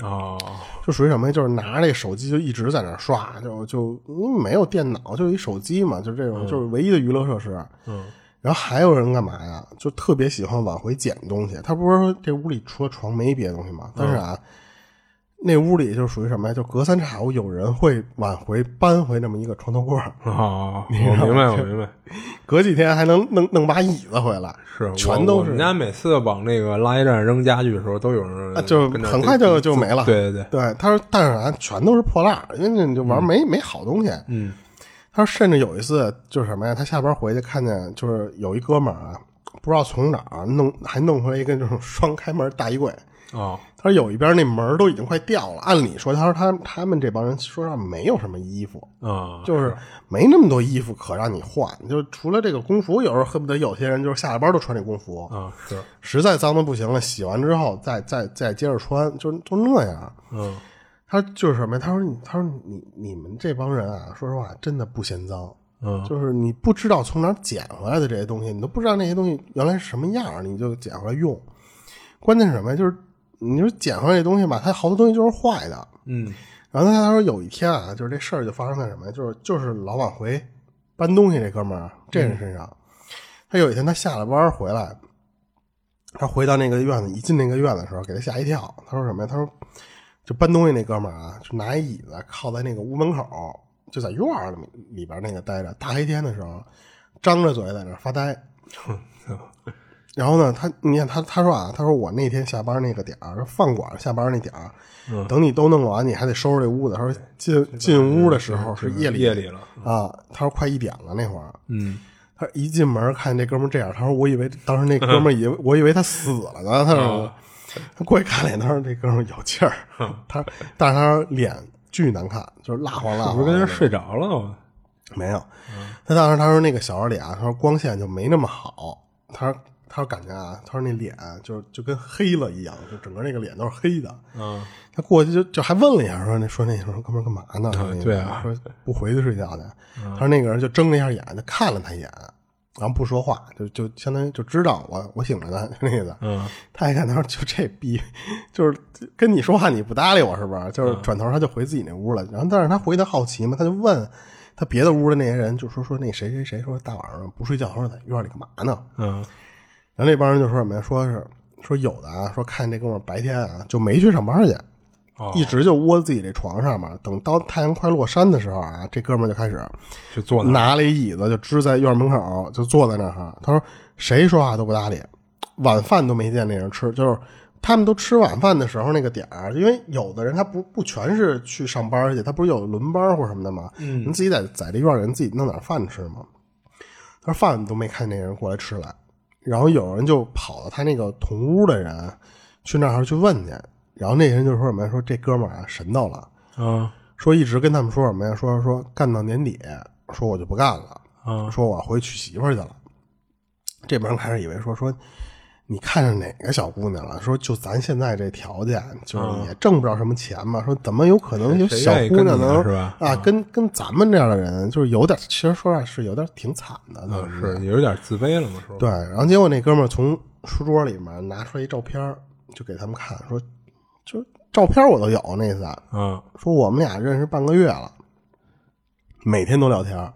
B: 哦
A: 就属于什么呀？就是拿着这手机就一直在那儿刷，就就因为没有电脑，就一手机嘛，就这种就是唯一的娱乐设施。
B: 嗯
A: 然后还有人干嘛呀？就特别喜欢往回捡东西。他不是说这屋里除了床没别的东西吗？但是
B: 嗯
A: 啊，那屋里就属于什么呀？就隔三差五有人会往回搬回那么一个床头柜儿，
B: 哦，我明白我 明白，
A: 隔几天还能弄弄把椅子回来，
B: 是我
A: 全都
B: 我
A: 是
B: 们家每次往那个垃圾站扔家具的时候，都有人
A: 啊就
B: 跟着
A: 很快就就没了
B: 对对对，
A: 对，他说，但是啊，全都是破烂儿，因为你就玩没、没好东西。
B: 嗯，
A: 他说，甚至有一次就是什么呀，他下班回去看见就是有一哥们儿啊，不知道从哪儿啊弄还弄回来一个这种双开门大衣柜。
B: 哦
A: 他说有一边那门儿都已经快掉了，按理说他说他他们这帮人说实话没有什么衣服，
B: 啊，
A: 就是没那么多衣服可让你换，就除了这个工服，有时候恨不得有些人就是下了班都穿这工服，
B: 啊是，
A: 实在脏的不行了，洗完之后再再再接着穿，就就那样。
B: 嗯
A: 他就是什么呀？他说你，他说你，你们这帮人啊，说实话，真的不嫌脏，
B: 嗯
A: 就是你不知道从哪儿捡回来的这些东西，你都不知道那些东西原来是什么样儿，你就捡回来用。关键是什么呀？就是你说捡回来这东西吧，它好多东西就是坏的。
B: 嗯
A: 然后他说有一天啊，就是这事儿就发生在什么呀？就是就是老往回搬东西这哥们儿这
B: 嗯
A: 人身上，他有一天他下了班儿回来，他回到那个院子，一进那个院子的时候，给他吓一跳。他说什么呀？他说就搬东西那哥们儿啊，就拿一椅子靠在那个屋门口，就在院儿里里边那个待着，大黑天的时候，张着嘴在那儿发 呆。然后呢，他你看他他说啊，他说我那天下班那个点儿，饭馆下班那点儿，
B: 嗯
A: 等你都弄完，你还得收拾这屋子。他说进进屋的时候是夜里
B: 夜里了，
A: 啊，他说快一点了那会儿，
B: 嗯
A: 他说一进门看见这哥们儿这样，他说我以为当时那哥们儿以为我以为他死了呢，他
B: 啊
A: 说他过去看脸，他说这哥们儿有劲 儿，
B: 嗯
A: 他说但是他说脸巨难看，就是蜡黄蜡
B: 是
A: 黄
B: 不
A: 的，
B: 是跟人睡着了我？
A: 没有。他当时他说那个小孩脸啊，他说光线就没那么好，他说他说感觉啊，他说那脸就就跟黑了一样，就整个那个脸都是黑的。
B: 嗯
A: 他过去就就还问了一下，说那说那说哥们儿干嘛呢？说那个
B: 对啊嗯
A: 说不回去睡觉去。他说那个人就睁了一下眼，就看了他一眼，然后不说话，就就相当于就知道我我醒着呢，就那意思。
B: 嗯
A: 他一看，他说：“就这逼，就是跟你说话你不搭理我是不是？”就是
B: 嗯
A: 转头他就回自己那屋了。然后，但是他回他好奇嘛，他就问他别的屋的那些人，就说说那谁谁谁说大晚上不睡觉，说在院里干嘛呢？
B: 嗯
A: 然后那帮人就说什么呀？说是说有的啊，说看这哥们儿白天啊就没去上班去，
B: 哦，
A: 一直就窝自己这床上嘛。等到太阳快落山的时候啊，这哥们儿就开始
B: 就坐那儿
A: 拿了一椅子就支在院门口，就坐在那儿哈。他说谁说话都不搭理，晚饭都没见那人吃，就是他们都吃晚饭的时候那个点儿，因为有的人他不不全是去上班去，他不是有轮班或什么的吗？
B: 嗯
A: 你自己在在这院儿里你自己弄点饭吃嘛。他说饭都没看那人过来吃来，然后有人就跑到他那个同屋的人去那儿去问去，然后那人就说什么呀说这哥们儿啊神到了。
B: 啊
A: 说一直跟他们说什么呀？说说干到年底，说我就不干了，
B: 啊
A: 说我要回去娶媳妇儿去了。这帮人开始以为说说你看上哪个小姑娘了？说就咱现在这条件，就是也挣不着什么钱嘛。说怎么有可能有
B: 嗯谁
A: 小
B: 愿意
A: 姑
B: 跟
A: 娘
B: 你呢
A: 能
B: 是吧嗯
A: 啊，跟跟咱们这样的人，就是有点，其实说实话是有点挺惨的，
B: 啊
A: 就是
B: 有点自卑了嘛，是吧？
A: 对，然后结果那哥们儿从书桌里面拿出来一照片儿，就给他们看，说就照片我都有那意思啊。
B: 啊
A: 说我们俩认识半个月了，每天都聊天儿。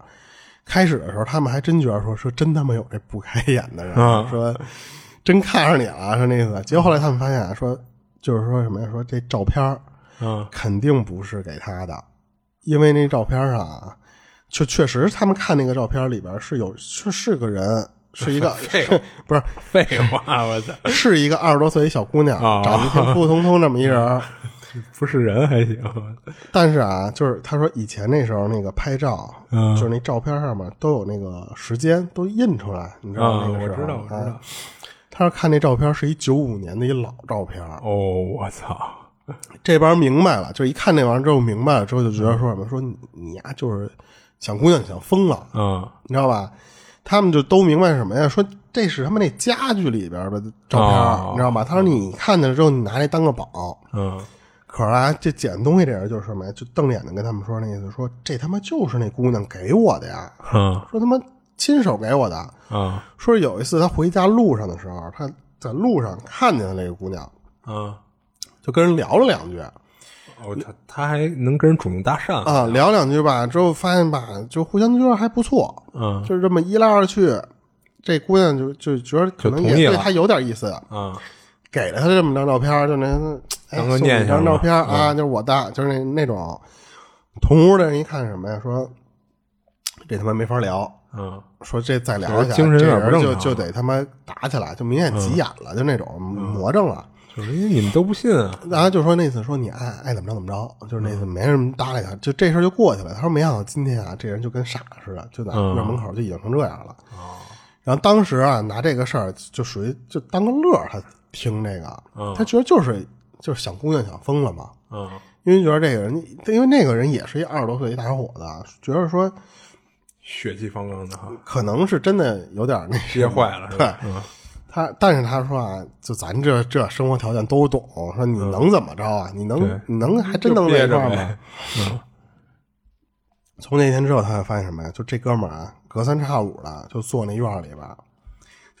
A: 开始的时候，他们还真觉得说说真他妈有这不开眼的人，
B: 啊
A: 说真看上你了，啊说那意思。结果后来他们发现啊说，就是说什么呀？说这照片儿
B: 啊
A: 肯定不是给他的，因为那照片上啊，确确实他们看那个照片里边是有是是个人，是一个
B: 废话
A: 不是
B: 废话，我操，
A: 是一个二十多岁一小姑娘，
B: 啊
A: 长得挺普普通通这么一人儿。
B: 不是人还行，
A: 但是啊，就是他说以前那时候那个拍照，
B: 嗯
A: 就是那照片上面都有那个时间都印出来，你知道吗
B: 啊
A: 那个
B: 我
A: 时候
B: 知道我知道
A: 啊他说看那照片是一九五年的一老照片，
B: 哦，我操，
A: 这帮人明白了，就一看那玩意儿之后明白了之后就觉得说什么说你你呀、就是想姑娘你想疯了，
B: 啊
A: 你知道吧？他们就都明白是什么呀？说这是他们那家具里边的照片，
B: 哦
A: 你知道吧？他说你看见了之后，你拿来当个宝，
B: 嗯
A: 可是啊，这捡东西这人就是什么呀？就瞪着眼睛跟他们说那意思，说这他妈就是那姑娘给我的呀，
B: 啊
A: 说他妈亲手给我的。
B: 啊
A: 说有一次他回家路上的时候，他在路上看见了这个姑娘，
B: 啊！
A: 就跟人聊了两句
B: 哦，他他还能跟人主动搭讪，
A: 啊，聊两句吧，之后发现吧，就互相觉得还不错，
B: 嗯
A: 就是这么一来二去，这姑娘就就觉得可能
B: 就
A: 也
B: 同意了
A: 对他有点意思，
B: 啊
A: 给了他这么张照片，就那哎
B: 当个
A: 送你
B: 念
A: 一张
B: 想
A: 照
B: 吧嗯
A: 片啊，就是我的，就是那那种同屋的人一看什么呀，说这他妈没法聊，
B: 嗯
A: 说这再聊一下，
B: 精神有
A: 这
B: 点不
A: 人就
B: 正常嗯
A: 就得他妈打起来，就明显急眼了，就那种魔怔了。
B: 就是因为你们都不信啊，
A: 然后就说那次说你爱爱怎么着怎么着，就是
B: 嗯
A: 那次没人搭理他，就这事儿就过去了。他说没想到今天啊，这人就跟傻似的，就在
B: 嗯哦
A: 院门口就已经成这样了。然后当时啊，拿这个事儿就属于就当个乐儿，他听这个，
B: 嗯
A: 他觉得就是就是想姑娘想疯了嘛，
B: 嗯
A: 因为觉得这个人，因为那个人也是一二十多岁一大小伙子，啊觉得说
B: 血气方刚的哈，
A: 可能是真的有点那
B: 憋坏了是吧？
A: 对他，但是他说啊，就咱这这生活条件都懂，说你能怎么着啊？你能
B: 嗯对
A: 你能还真能那
B: 憋
A: 块
B: 着
A: 儿吗
B: 呗？
A: 从那天之后，他才发现什么呀？就这哥们儿啊，隔三差五的就坐那院儿里边儿，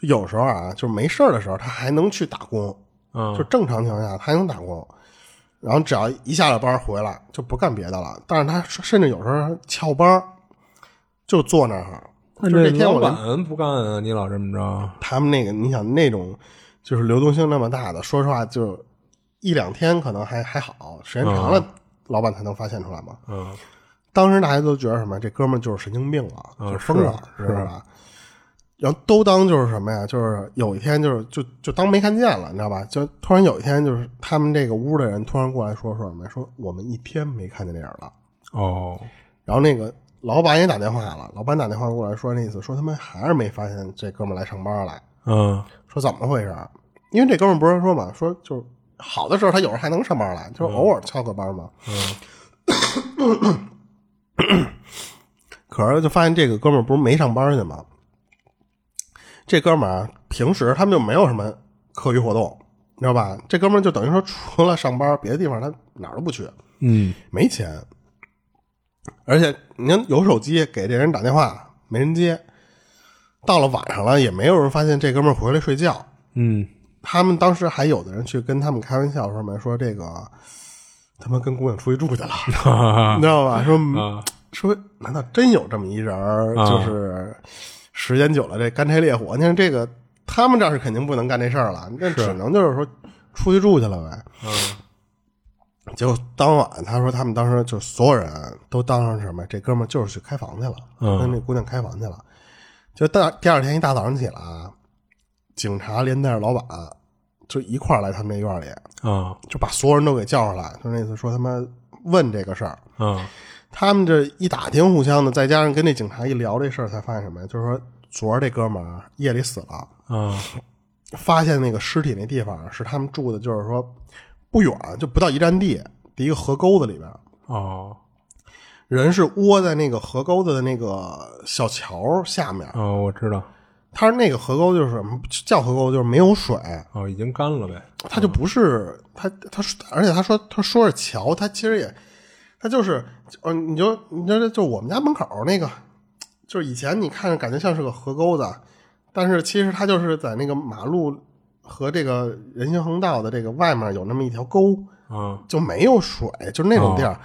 A: 就有时候啊，就是没事儿的时候，他还能去打工，
B: 嗯
A: 就正常情况下他还能打工。然后只要一下了班儿回来，就不干别的了。但是他甚至有时候翘班儿，就坐那儿。就
B: 那
A: 是
B: 这
A: 天
B: 老
A: 我连
B: 板不干啊，你老这么着，
A: 他们那个，你想那种就是流动性那么大的，说实话，就一两天可能还还好，时间长了，老板才能发现出来嘛。
B: 嗯
A: 当时大家都觉得什么，这哥们儿就是神经病了，
B: 嗯
A: 就疯了，
B: 是
A: 知道吧？然后都当就是什么呀？就是有一天就是就就当没看见了，你知道吧？就突然有一天就是他们这个屋的人突然过来说说什么呀，说我们一天没看见这人了。
B: 哦，
A: 然后那个老板也打电话了，老板打电话过来说那意思说他们还是没发现这哥们儿来上班来。
B: 嗯
A: 说怎么回事儿？啊因为这哥们儿不是说嘛，说就是好的时候他有时候还能上班来，就是偶尔翘个班嘛。可是就发现这个哥们儿不是没上班去吗？这哥们儿啊平时他们就没有什么课余活动，你知道吧？这哥们儿就等于说除了上班，别的地方他哪儿都不去，
B: 嗯
A: 没钱。而且您有手机给这人打电话没人接，到了晚上了，也没有人发现这哥们儿回来睡觉。
B: 嗯，
A: 他们当时还有的人去跟他们开玩笑说嘛，说这个他妈跟姑娘出去住去了，
B: 哈哈
A: 你
B: 哈
A: 知道吧？说
B: 啊，
A: 说难道真有这么一人儿，
B: 啊
A: 就是时间久了这干柴烈火？你看这个，他们这儿是肯定不能干这事儿了，那
B: 是啊
A: 只能就是说出去住去了呗。结果当晚，他说他们当时就所有人都当上什么，这哥们儿就是去开房去了，
B: 嗯
A: 跟那姑娘开房去了。就大第二天一大早上起来啊，警察连带着老板就一块儿来他们这院里，
B: 啊
A: 就把所有人都给叫上来，就那次说他妈问这个事儿，
B: 啊
A: 他们这一打听，互相的，再加上跟那警察一聊这事儿，才发现什么呀？就是说，昨儿这哥们儿夜里死了，
B: 啊
A: 发现那个尸体那地方是他们住的，就是说不远，就不到一站地的一个河沟子里边，
B: 哦
A: 人是窝在那个河沟子的那个小桥下面。
B: 哦，我知道，
A: 他那个河沟就是什么叫河沟，就是没有水，
B: 哦，已经干了呗，
A: 他就不是他他说，而且他说他说是桥，他其实也他就是呃，你就你知道就我们家门口那个，就是以前你看着感觉像是个河沟子，但是其实它就是在那个马路和这个人行横道的这个外面有那么一条沟，
B: 啊
A: 就没有水，就是那种地
B: 哦
A: 儿。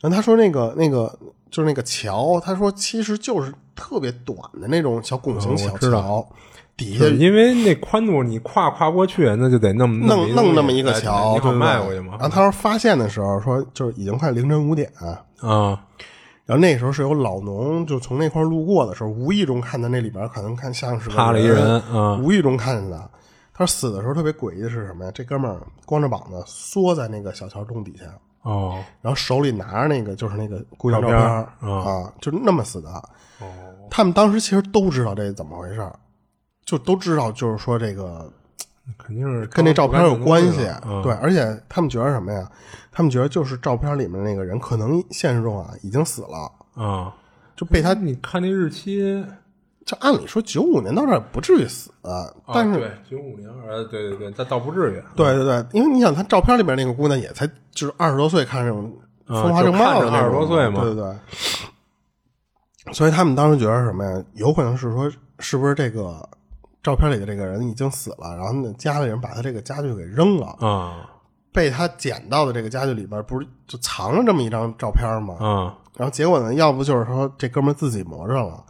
A: 然后他说那个那个就是那个桥，他说其实就是特别短的那种小拱形
B: 哦
A: 小
B: 我知道
A: 桥，底下
B: 是因为那宽度你跨跨不过去，那就得弄
A: 弄
B: 弄
A: 弄那么一个桥，
B: 你好
A: 对
B: 迈
A: 对
B: 过去嘛
A: 然后他说发现的时候说就是已经快凌晨五点、
B: 啊
A: 然后那时候是有老农就从那块路过的时候，无意中看到那里边可能看像是个
B: 趴了一人啊
A: 无意中看见的。他说死的时候特别诡异的是什么呀？这哥们儿光着膀子缩在那个小桥洞底下，
B: 哦
A: 然后手里拿着那个就是那个姑娘照片
B: 照
A: 儿、
B: 片儿
A: 啊，就那么死的。
B: 哦，
A: 他们当时其实都知道这怎么回事儿，就都知道就是说这个
B: 肯定是
A: 跟那照片有关系啊
B: 嗯，
A: 对，而且他们觉得什么呀？他们觉得就是照片里面那个人可能现实中啊已经死了，
B: 啊，
A: 就被他
B: 你看那日期，
A: 这按理说九五年到这儿不至于死，
B: 哦
A: 但是、
B: 是九五年二，对对对，他倒不至于，
A: 对对对，因为你想他照片里面那个姑娘也才就是二十多岁，看这种
B: 啊
A: 风华正茂的
B: 就看
A: 那
B: 着
A: 种
B: 20多岁嘛
A: 对对对。所以他们当时觉得什么呀？有可能是说是不是这个照片里的这个人已经死了，然后呢家里人把他这个家具给扔了，
B: 啊
A: 被他捡到的这个家具里边不是就藏着这么一张照片吗？
B: 啊
A: 然后结果呢，要不就是说这哥们儿自己磨着了，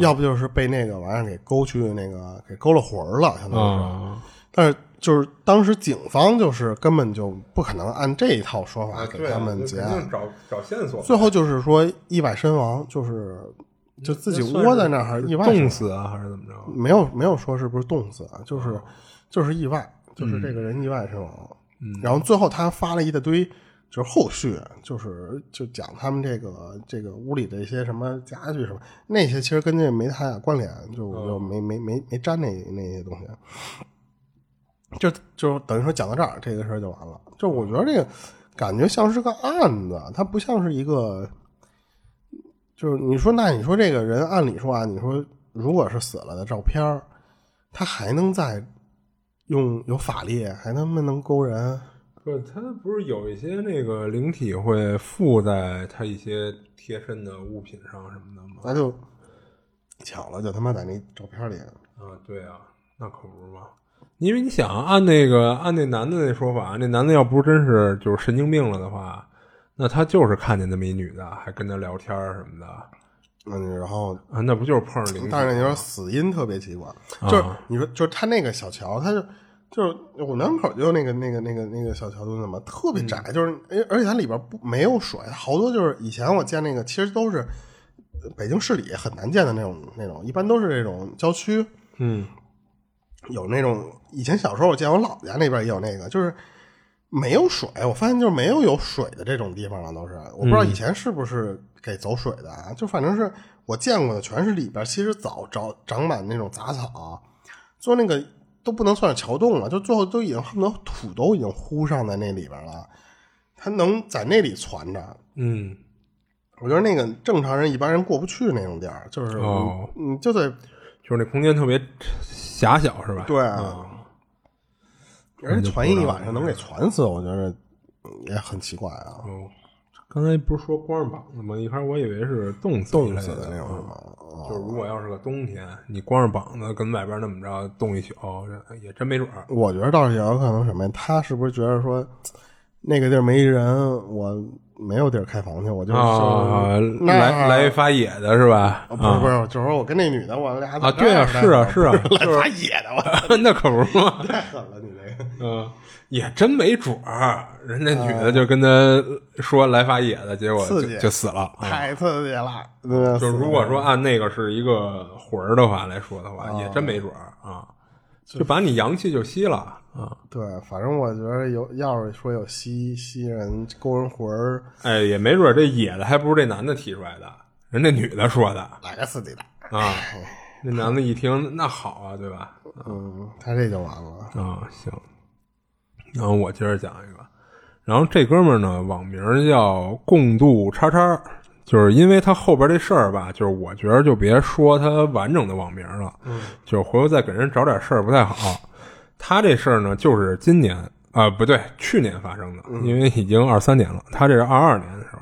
A: 要不就是被那个玩意儿给勾去那个给勾了魂儿了，相当于是。
B: 啊
A: 但是就是当时警方就是根本就不可能按这一套说
B: 啊
A: 法啊给他们结案，
B: 找找线索
A: 最后就是说意外身亡，就是就自己窝在那儿意外身
B: 冻
A: 亡
B: 死啊，还是怎么着？
A: 没有没有说是不是冻死啊，就是就是意外，就是这个人意外身亡。然后最后他发了一大堆，就是后续就是就讲他们这个这个屋里的一些什么家具什么那些，其实跟这没太大关联，就我就没没没没沾那那些东西。就就等于说讲到这儿，这个事儿就完了。就我觉得这个感觉像是个案子，它不像是一个就是你说，那你说这个人，按理说啊，你说如果是死了的照片儿，他还能再用有法力，还能不能勾人？
B: 不是，他不是有一些那个灵体会附在他一些贴身的物品上什么的吗？
A: 那就巧了，就他妈在那照片里，
B: 啊，对啊，那可不是嘛。因为你想，啊按那个按那男的那说法，那男的要不是真是就是神经病了的话，那他就是看见那么一女的，还跟他聊天儿什么的啊，
A: 嗯，然后，
B: 那不就是碰上灵体？
A: 但是你说死因特别奇怪，就是
B: 啊
A: 你说，就是他那个小桥，他就就是我门口就有那个那个那个那个小桥墩子嘛，特别窄，就是哎而而且它里边不没有水，好多就是以前我见那个其实都是呃北京市里很难见的那种那种，一般都是这种郊区。
B: 嗯
A: 有那种以前小时候我见我姥家那边也有那个，就是没有水，我发现就是没有有水的这种地方了，都是我不知道以前是不是给走水的啊，就反正是我见过的全是里边其实早长长满那种杂草，做那个都不能算是桥洞了，就最后都已经恨不得土都已经糊上在那里边了，它能在那里攒着，
B: 嗯，
A: 我觉得那个正常人一般人过不去那种地儿，就是你、
B: 哦
A: 你就得
B: 就是那空间特别狭小，是吧？
A: 对
B: 啊，嗯
A: 人家传一晚上能给传死，我觉得也很奇怪啊。
B: 哦，刚才不是说光着膀子吗？一开始我以为是冻死
A: 冻
B: 之类
A: 死的那种
B: 啊
A: 是吗？
B: 就是
A: 哦，
B: 如果要是个冬天，你光着膀子跟外边那么着冻一宿，也真没准儿。
A: 我觉得倒是有可能什么呀？他是不是觉得说那个地儿没人，我没有地儿开房去，我就
B: 啊，
A: 就是那
B: 来来一发野的是吧？
A: 啊不是不是，就是说我跟那女的，我俩
B: 啊，对啊，是啊，是啊，
A: 来打野的，我
B: 那可不是嘛。
A: 太狠了，你这个
B: 嗯，也真没准儿，人家女的就跟他说来发野的，结果
A: 哦刺
B: 就
A: 激
B: 就死了。啊
A: 太刺激了。嗯
B: 就是如果说按那个是一个魂儿的话来说的话，也
A: 哦
B: 真没准儿啊，就把你阳气就吸了啊，
A: 对，反正我觉得有，要是说有吸吸人勾人魂儿，
B: 哎，也没准儿这野的还不是这男的提出来的，人这女的说的
A: 来个刺激的，
B: 啊，那男的一听那好啊，对吧？
A: 嗯，他这就完了。
B: 啊，行。然后我接着讲一个，然后这哥们儿呢，网名儿叫共度叉叉，就是因为他后边这事儿吧，就是我觉得就别说他完整的网名了，嗯，就是回头再给人找点事儿不太好。他这事儿呢，就是今年啊、不对，去年发生的，因为已经二三年了，他这是二二年的时候。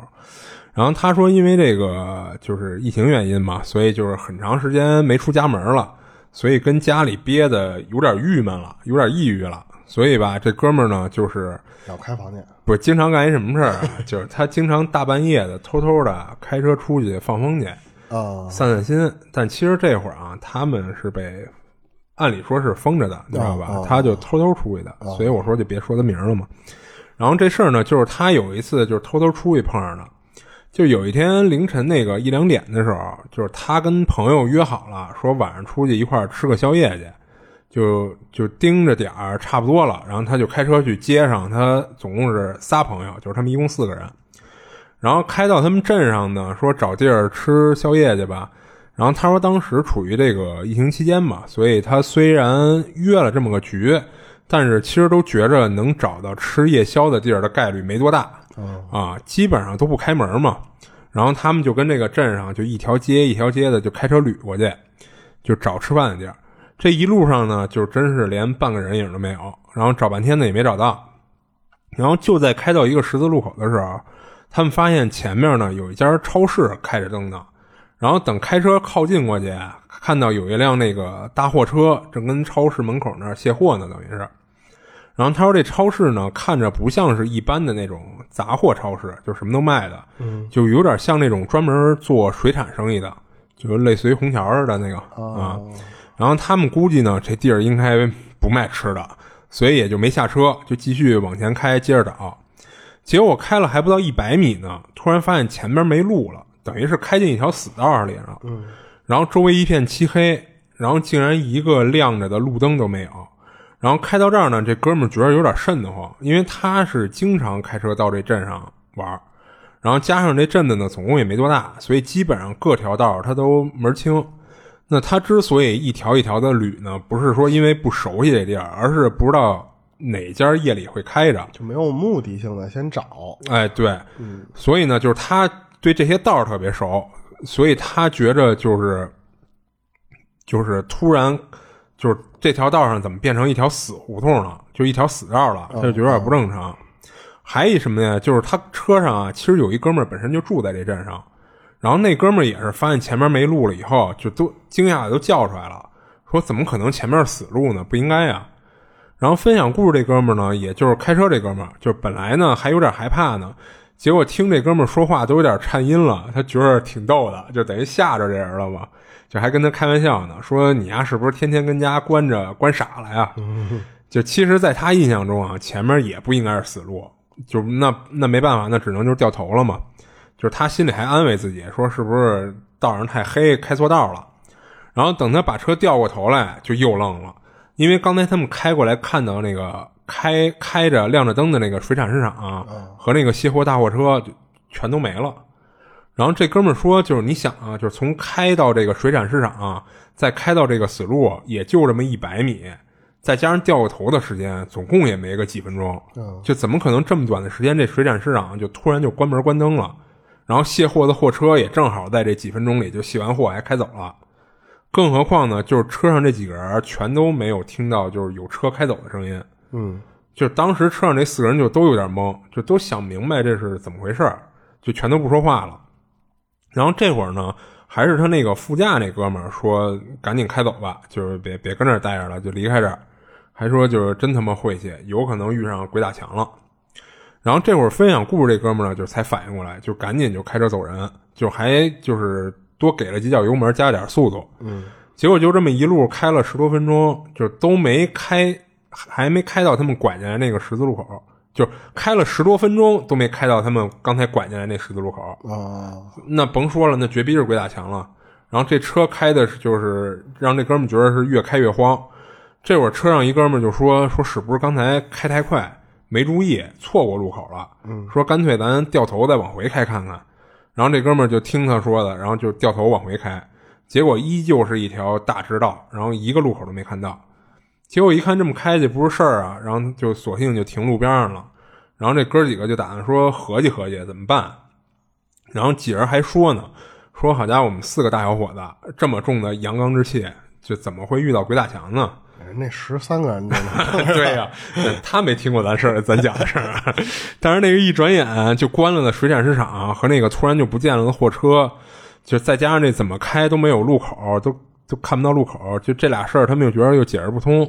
B: 然后他说，因为这个就是疫情原因嘛，所以就是很长时间没出家门了，所以跟家里憋的有点郁闷了，有点抑郁了。所以吧，这哥们儿呢，就是
A: 要开房去，
B: 不是经常干一什么事儿啊，就是他经常大半夜的偷偷的开车出去放风去，
A: 啊
B: 散散心。但其实这会儿啊，他们是被按理说是封着的，你知道吧？
A: 哦哦哦
B: 他就偷偷出去的，所以我说就别说他名儿了嘛。然后这事儿呢，就是他有一次就是偷偷出去碰上的，就有一天凌晨那个一两点的时候，就是他跟朋友约好了，说晚上出去一块儿吃个宵夜去。就就盯着点儿差不多了，然后他就开车去接上他总共是仨朋友，就是他们一共四个人。然后开到他们镇上呢，说找地儿吃宵夜去吧。然后他说当时处于这个疫情期间嘛，所以他虽然约了这么个局，但是其实都觉着能找到吃夜宵的地儿的概率没多大啊，基本上都不开门嘛。然后他们就跟这个镇上就一条街一条街的就开车捋过去，就找吃饭的地儿。这一路上呢，就真是连半个人影都没有，然后找半天呢也没找到。然后就在开到一个十字路口的时候，他们发现前面呢有一家超市开着灯呢。然后等开车靠近过去，看到有一辆那个大货车正跟超市门口那儿卸货呢，等于是。然后他说这超市呢，看着不像是一般的那种杂货超市，就什么都卖的，就有点像那种专门做水产生意的，就是类似于虹桥似的那个啊、
A: 啊
B: 然后他们估计呢，这地儿应该不卖吃的，所以也就没下车，就继续往前开，接着找。结果开了还不到一百米呢，突然发现前边没路了，等于是开进一条死道里了。嗯，然后周围一片漆黑，然后竟然一个亮着的路灯都没有。然后开到这儿呢，这哥们儿觉得有点瘆得慌，因为他是经常开车到这镇上玩儿，然后加上这镇子呢，总共也没多大，所以基本上各条道儿他都门儿清。那他之所以一条一条的捋呢，不是说因为不熟悉这地儿，而是不知道哪家夜里会开着。
A: 就没有目的性的先找，
B: 哎，对，所以呢，就是他对这些道儿特别熟，所以他觉着就是就是突然就是这条道上怎么变成一条死胡同了，就一条死道了，他就觉得有点不正常。还一什么呢？就是他车上啊，其实有一哥们儿本身就住在这镇上，然后那哥们儿也是发现前面没路了以后，就都惊讶的都叫出来了，说怎么可能前面是死路呢？不应该呀、啊然后分享故事这哥们儿呢，也就是开车这哥们儿，就是本来呢还有点害怕呢，结果听这哥们儿说话都有点颤音了，他觉得挺逗的，就等于吓着这人了嘛，就还跟他开玩笑呢，说你呀、是不是天天跟家关着关傻了呀？就其实，在他印象中啊，前面也不应该是死路，就那那没办法，那只能就是掉头了嘛。就是他心里还安慰自己说，是不是道上太黑，开错道了？然后等他把车调过头来，就又愣了，因为刚才他们开过来看到那个开开着亮着灯的那个水产市场啊、和那个卸货大货车就全都没了。然后这哥们儿说，就是你想啊，就是从开到这个水产市场啊，再开到这个死路，也就这么一百米，再加上掉个头的时间，总共也没个几分钟。
A: 嗯，
B: 就怎么可能这么短的时间，这水产市场就突然就关门关灯了？然后卸货的货车也正好在这几分钟里就卸完货还开走了。更何况呢，就是车上这几个人全都没有听到就是有车开走的声音。
A: 嗯，
B: 就是当时车上这四个人就都有点懵，就都想明白这是怎么回事儿。就全都不说话了。然后这会儿呢，还是他那个副驾那哥们儿说：“赶紧开走吧，就是别别跟这儿待着了，就离开这儿。”还说就是真他妈晦气，有可能遇上鬼打墙了。然后这会儿分享故事这哥们儿呢，就是才反应过来，就赶紧就开车走人，就还就是多给了几脚油门，加了点速度。嗯，结果就这么一路开了十多分钟，就都没开，还没开到他们拐进来那个十字路口，就开了十多分钟都没开到他们刚才拐进来那十字路口。
A: 哦，
B: 那甭说了，那绝逼是鬼打墙了。然后这车开的是就是让这哥们觉得是越开越慌。这会儿车上一哥们就说说是不是刚才开太快，没注意错过路口了？说干脆咱掉头再往回开看看。然后这哥们儿就听他说的，然后就掉头往回开，结果依旧是一条大直道，然后一个路口都没看到。结果一看这么开去不是事儿啊，然后就索性就停路边上了。然后这哥几个就打算说合计合计怎么办，然后几人还说呢，说好家伙，我们四个大小伙子这么重的阳刚之气，就怎么会遇到鬼打墙呢？
A: 那十三个人就 能
B: 对呀、对他没听过咱事儿，咱讲的事儿啊。 但是那个一转眼就关了的水产市场和那个突然就不见了的货车，就再加上这怎么开都没有路口，都都看不到路口，就这俩事儿，他们又觉得又解释不通。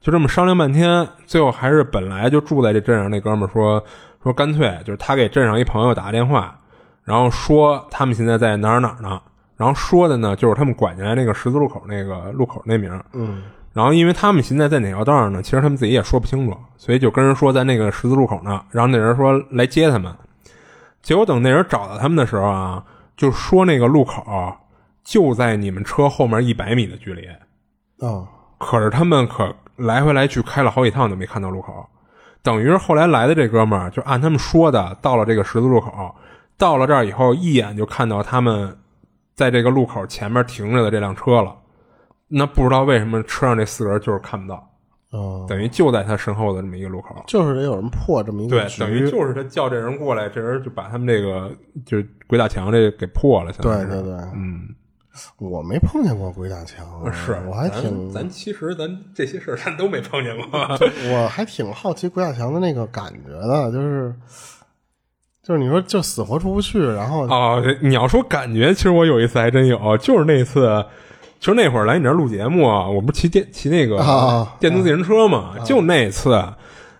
B: 就这么商量半天，最后还是本来就住在这镇上那哥们儿说说，干脆就是他给镇上一朋友打个电话，然后说他们现在在哪儿哪儿呢，然后说的呢就是他们拐进来那个十字路口那个路口那名儿，
A: 嗯，
B: 然后因为他们现在在哪条道上呢，其实他们自己也说不清楚，所以就跟人说在那个十字路口呢，然后那人说来接他们，结果等那人找到他们的时候啊，就说那个路口就在你们车后面一百米的距离，
A: 哦，
B: 可是他们可来回来去开了好几趟都没看到路口，等于是后来来的这哥们儿就按他们说的到了这个十字路口，到了这儿以后一眼就看到他们在这个路口前面停着的这辆车了，那不知道为什么车上这四个人就是看不到，
A: 哦，
B: 等于就在他身后的这么一个路口。
A: 就是得有人破这么一
B: 对
A: 个，局，
B: 等于就是他叫这人过来，这人就把他们这个就是鬼打墙这给破了，相当于
A: 对
B: 是
A: 对对，
B: 嗯，
A: 我没碰见过鬼打墙，
B: 是，
A: 我还
B: 咱
A: 挺
B: 咱其实咱这些事儿咱都没碰见过，
A: 我还挺好奇鬼打墙的那个感觉的，就是就是你说就死活出不去，然后
B: 哦，你要说感觉，其实我有一次还真有，就是那次，就是那会儿来你这儿录节目，啊，我不是骑电骑那个
A: 啊啊
B: 电动自行车嘛，就那次。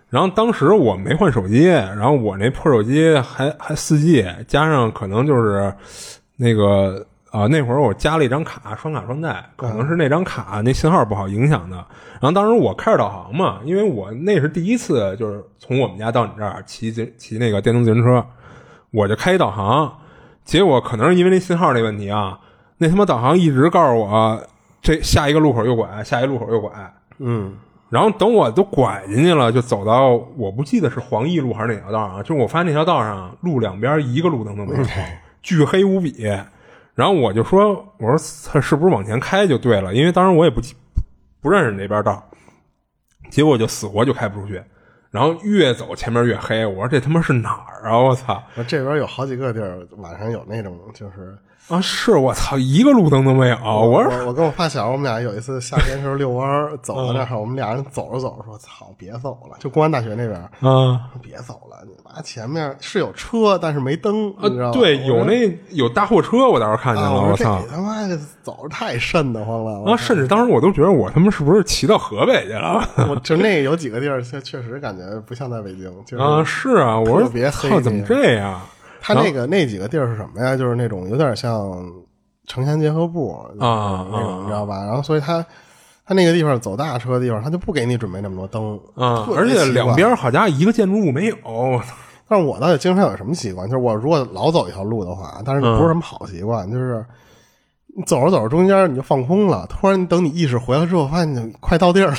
B: 然后当时我没换手机，然后我那破手机还还四 G，加上可能就是那个啊、那会儿我加了一张卡，双卡双待，可能是那张卡那信号不好影响的。然后当时我开着导航嘛，因为我那是第一次就是从我们家到你这儿骑自骑那个电动自行车，我就开一导航，结果可能是因为那信号那问题啊，那他妈导航一直告诉我这下一个路口右拐，下一个路口右拐。
A: 嗯
B: 然后等我都拐进去了，就走到我不记得是黄奕路还是哪条道上啊，就是我发现那条道上路两边一个路灯都没有，
A: 嗯
B: 巨黑无比。然后我就说，我说他是不是往前开就对了？因为当时我也不记不认识那边道，结果就死活就开不出去。然后越走前面越黑，我说这他妈是哪儿啊！我操
A: 我这边有好几个地儿晚上有那种就是
B: 啊！是我操，一个路灯都没有。我说
A: 我我跟我发小，我们俩有一次夏天时候遛弯儿，走到
B: 嗯
A: 那儿，我们俩人走着走着说：“操，别走了！”就公安大学那边儿，
B: 啊，
A: 别走了，你妈前面是有车，但是没灯，你知道吗？
B: 啊，对，有
A: 我说
B: 那有大货车，我当时看见
A: 啊，
B: 了，
A: 我
B: 我
A: 说
B: 操
A: 这他妈的走着太瘆得慌了。啊
B: 啊！
A: 我
B: 甚至当时我都觉得我他妈是不是骑到河北去了？
A: 我 就那有几个地儿，确确实感觉不像在北京，就是
B: 啊，是啊，我
A: 特别黑
B: 说操，怎么这样？
A: 它那个那几个地儿是什么呀？就是那种有点像城乡结合部
B: 啊啊
A: 那种，你知道吧？然后所以它它那个地方走大车的地方，它就不给你准备那么多灯
B: 啊
A: 特！别
B: 而且
A: 奇怪
B: 两边好家伙，一个建筑物没有。
A: 但是我倒是经常有什么习惯，就是我如果老走一条路的话，但是不是什么好习惯，就是你走着走着中间你就放空了，突然等你意识回来之后，发现你快到地儿了，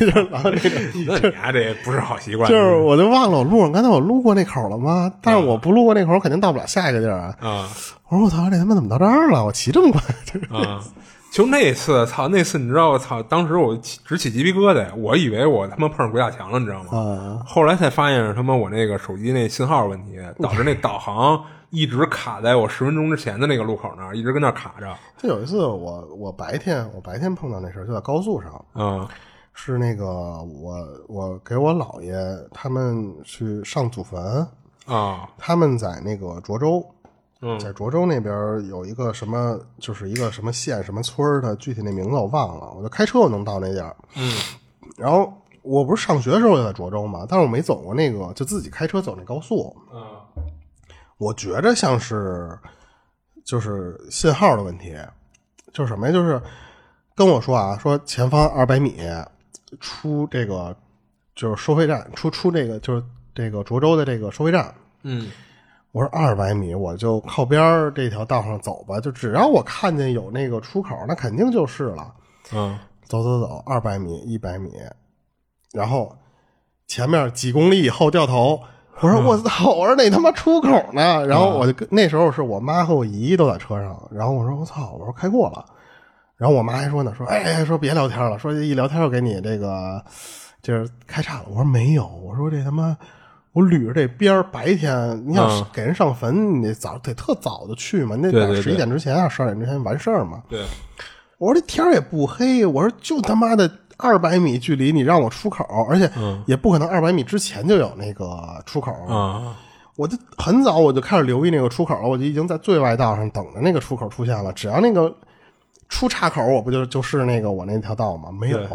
A: 就是老 这个。
B: 那你还这不是好习惯，
A: 就是我就忘了我路上刚才我路过那口了吗？但是我不路过那口，我肯定到不了下一个地儿啊！
B: 啊
A: 我说我操，这他妈怎么到这儿了？我骑这么快，就是
B: 啊！就那次，操，那次你知道，我操，当时我起直起鸡皮疙瘩，我以为我他妈碰上鬼打墙了，你知道吗？
A: 啊，
B: 后来才发现是他妈我那个手机那信号问题，导致那导航一直卡在我十分钟之前的那个路口那儿，一直跟那儿卡着。
A: 就有一次我我白天我白天碰到那事儿，就在高速上，
B: 啊
A: 是那个我我给我姥爷他们去上祖坟，
B: 啊，
A: 他们在那个涿州，
B: 嗯
A: 在涿州那边有一个什么，就是一个什么县什么村儿的，具体那名字我忘了，我就开车我能到那地儿。嗯，然后我不是上学的时候就在涿州嘛，但是我没走过那个，就自己开车走那高速。
B: 啊，
A: 我觉着像是就是信号的问题，就是什么呀？就是跟我说啊，说前方二百米出这个就是收费站，出出这个就是这个涿州的这个收费站。
B: 嗯
A: 我说二百米，我就靠边儿这条道上走吧，就只要我看见有那个出口，那肯定就是了。
B: 啊，
A: 走走走，二百米、一百米，然后前面几公里以后掉头。我
B: 嗯
A: 说我操！我说哪他妈出口呢？然后我就跟那时候是我妈和我姨都在车上，然后我说我操！我说开过了，然后我妈还说呢，说哎说别聊天了，说一聊天就给你这个就是开岔了。我说没有，我说这他妈我捋着这边儿白天你想
B: 嗯
A: 给人上坟，你得早得特早的去嘛，你
B: 对
A: 得
B: 对
A: 十
B: 对
A: 一点之前啊十二点之前完事儿嘛。
B: 对，
A: 我说这天儿也不黑，我说就他妈的二百米距离你让我出口，而且
B: 嗯
A: 也不可能二百米之前就有那个出口。
B: 啊
A: 我就很早我就开始留意那个出口了，我就已经在最外道上等着那个出口出现了。只要那个出岔口，我不就就是那个我那条道吗？没有
B: 对，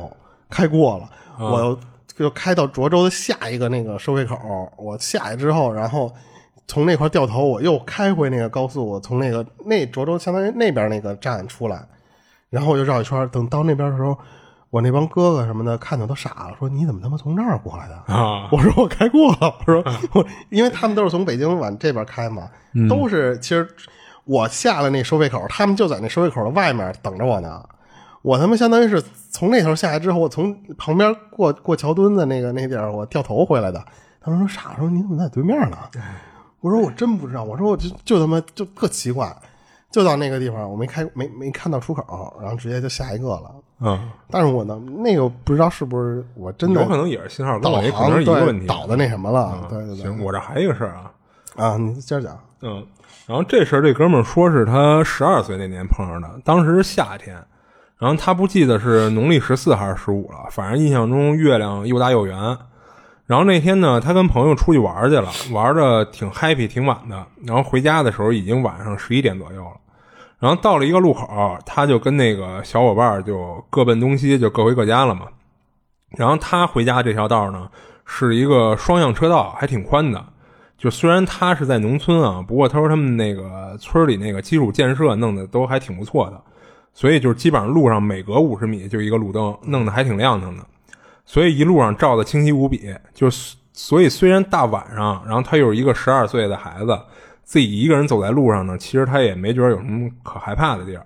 A: 开过了，我又就开到涿州的下一个那个收费口，我下去之后，然后。从那块掉头，我又开回那个高速，我从那个那涿州相当于那边那个站出来，然后我就绕一圈儿。等到那边的时候，我那帮哥哥什么的看见都傻了，说你怎么他妈从那儿过来的？
B: 啊，
A: 我说我开过了，我说我，因为他们都是从北京往这边开嘛，都是其实我下了那收费口，他们就在那收费口的外面等着我呢。我他妈相当于是从那头下来之后，我从旁边过过桥墩子那个那地儿，我掉头回来的。他们说傻，说你怎么在对面呢？我说我真不知道，我说我就就他妈就特奇怪，就到那个地方，我没开没没看到出口，然后直接就下一个了。
B: 嗯，
A: 但是我呢，那个不知道是不是我真的
B: 有可能也是信号跟
A: 导
B: 我
A: 航
B: 这可能是一个问题
A: 对。
B: 啊
A: 导的那什么了，对对对
B: 行，我这还有一个事儿啊，
A: 啊，你接着讲，
B: 嗯，然后这事儿这哥们儿说是他十二岁那年碰上的，当时是夏天，然后他不记得是农历十四还是十五了，反正印象中月亮又大又圆。然后那天呢，他跟朋友出去玩儿去了，玩的挺 happy，挺晚的。然后回家的时候已经晚上十一点左右了。然后到了一个路口，他就跟那个小伙伴儿就各奔东西，就各回各家了嘛。然后他回家这条道呢，是一个双向车道，还挺宽的。就虽然他是在农村啊，不过他说他们那个村里那个基础建设弄得都还挺不错的，所以就是基本上路上每隔五十米就一个路灯，弄得还挺亮堂的，所以一路上照的清晰无比。就是所以虽然大晚上，然后他又是一个十二岁的孩子，自己一个人走在路上呢，其实他也没觉得有什么可害怕的地儿。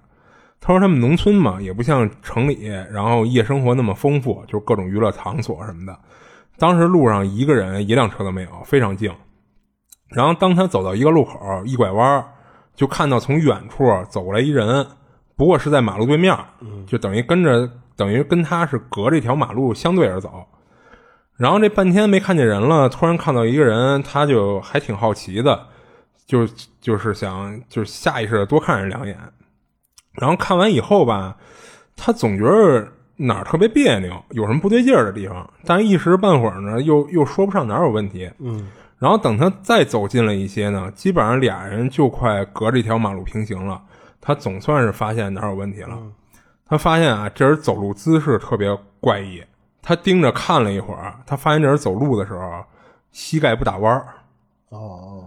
B: 他说他们农村嘛，也不像城里，然后夜生活那么丰富，就是各种娱乐场所什么的。当时路上一个人一辆车都没有，非常静。然后当他走到一个路口，一拐弯儿，就看到从远处走过来一人，不过是在马路对面儿，就等于跟着，等于跟他是隔着一条马路相对而走。然后这半天没看见人了，突然看到一个人，他就还挺好奇的，就就是想就是下意识的多看人两眼。然后看完以后吧，他总觉得哪儿特别别扭，有什么不对劲儿的地方，但是一时半会儿呢，又又说不上哪儿有问题。
A: 嗯
B: 然后等他再走近了一些呢，基本上俩人就快隔着一条马路平行了。他总算是发现哪儿有问题了。他发现啊，这人走路姿势特别怪异。他盯着看了一会儿，他发现这人走路的时候膝盖不打弯儿，
A: 哦哦，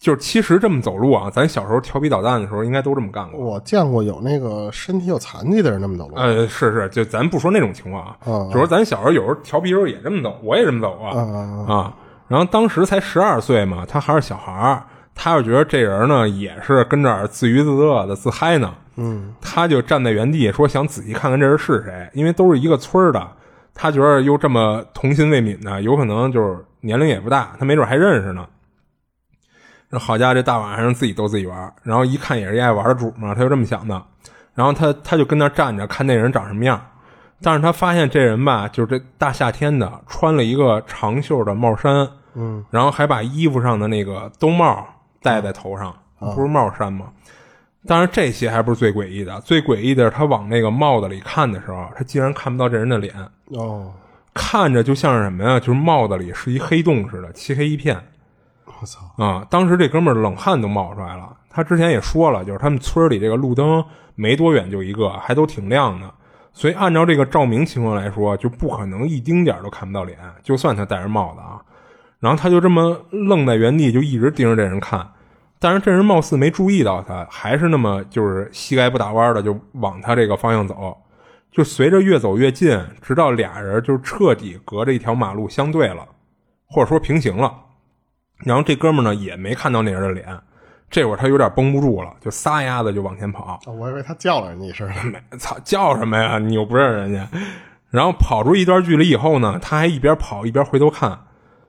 B: 就是其实这么走路啊，咱小时候调皮捣蛋的时候应该都这么干过。
A: 我见过有那个身体有残疾的人那么走路，
B: 呃，是是，就咱不说那种情况啊，
A: 嗯
B: 就说咱小时候有时候调皮时候也这么走，我也这么走啊。
A: 啊
B: 啊。然后当时才十二岁嘛，他还是小孩儿，他就觉得这人呢也是跟这儿自娱自乐的自嗨呢。
A: 嗯，
B: 他就站在原地说想仔细看看这人是谁，因为都是一个村儿的，他觉得又这么童心未泯的，有可能就是年龄也不大，他没准还认识呢。那好家伙，这大晚上自己逗自己玩儿，然后一看也是一爱玩的主嘛，他就这么想的。然后他他就跟那儿站着看那人长什么样，但是他发现这人吧，就是这大夏天的，穿了一个长袖的帽衫，
A: 嗯，
B: 然后还把衣服上的那个兜帽戴在头上，不是帽衫吗？当然这些还不是最诡异的，最诡异的是他往那个帽子里看的时候，他竟然看不到这人的脸，
A: 哦，
B: 看着就像是什么呀？就是帽子里是一黑洞似的，漆黑一片。
A: 我操，
B: 啊、当时这哥们儿冷汗都冒出来了。他之前也说了，就是他们村儿里这个路灯没多远就一个，还都挺亮的，所以按照这个照明情况来说，就不可能一丁点儿都看不到脸，就算他戴着帽子啊。然后他就这么愣在原地，就一直盯着这人看。但是这人貌似没注意到他，还是那么就是膝盖不打弯的就往他这个方向走，就随着越走越近，直到俩人就彻底隔着一条马路相对了，或者说平行了。然后这哥们儿呢也没看到那人的脸，这会儿他有点绷不住了，就撒丫子就往前跑。
A: 我以为他叫了人家一声呢，
B: 没操，叫什么呀？你又不认识人家。然后跑出一段距离以后呢，他还一边跑一边回头看，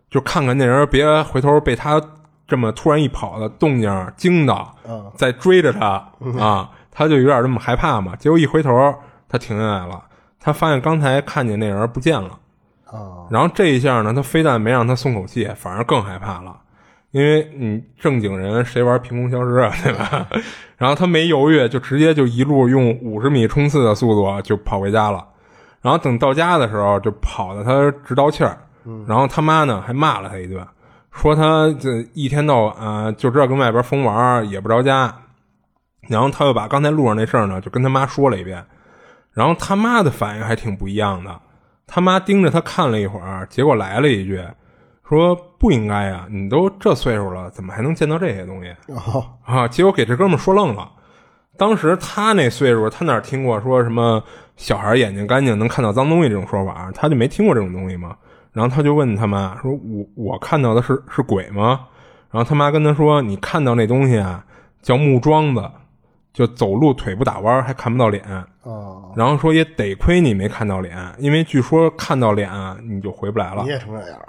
B: 就看看那人别回头被他这么突然一跑的动静惊到，
A: 嗯
B: 再追着他啊，他就有点这么害怕嘛。结果一回头，他停下来了，他发现刚才看见那人不见了。
A: 啊，
B: 然后这一下呢，他非但没让他松口气，反而更害怕了，因为你正经人谁玩凭空消失啊，对吧？ 然后他没犹豫，就直接就一路用五十米冲刺的速度啊就跑回家了。然后等到家的时候，就跑的他直倒气儿。然后他妈呢还骂了他一顿，说他这一天到晚、呃就知道跟外边疯玩儿，也不着家。然后他又把刚才路上那事儿呢，就跟他妈说了一遍。然后他妈的反应还挺不一样的，他妈盯着他看了一会儿，结果来了一句，说不应该呀、你都这岁数了，怎么还能见到这些东西
A: 哦，
B: 啊？结果给这哥们儿说愣了。当时他那岁数，他哪听过说什么小孩眼睛干净能看到脏东西这种说法？他就没听过这种东西嘛。然后他就问他妈说：“我我看到的是是鬼吗？”然后他妈跟他说：“你看到那东西啊，叫木桩子，就走路腿不打弯儿，还看不到脸。”
A: 哦，
B: 然后说也得亏你没看到脸，因为据说看到脸啊你就回不来了
A: 你。也成这样儿，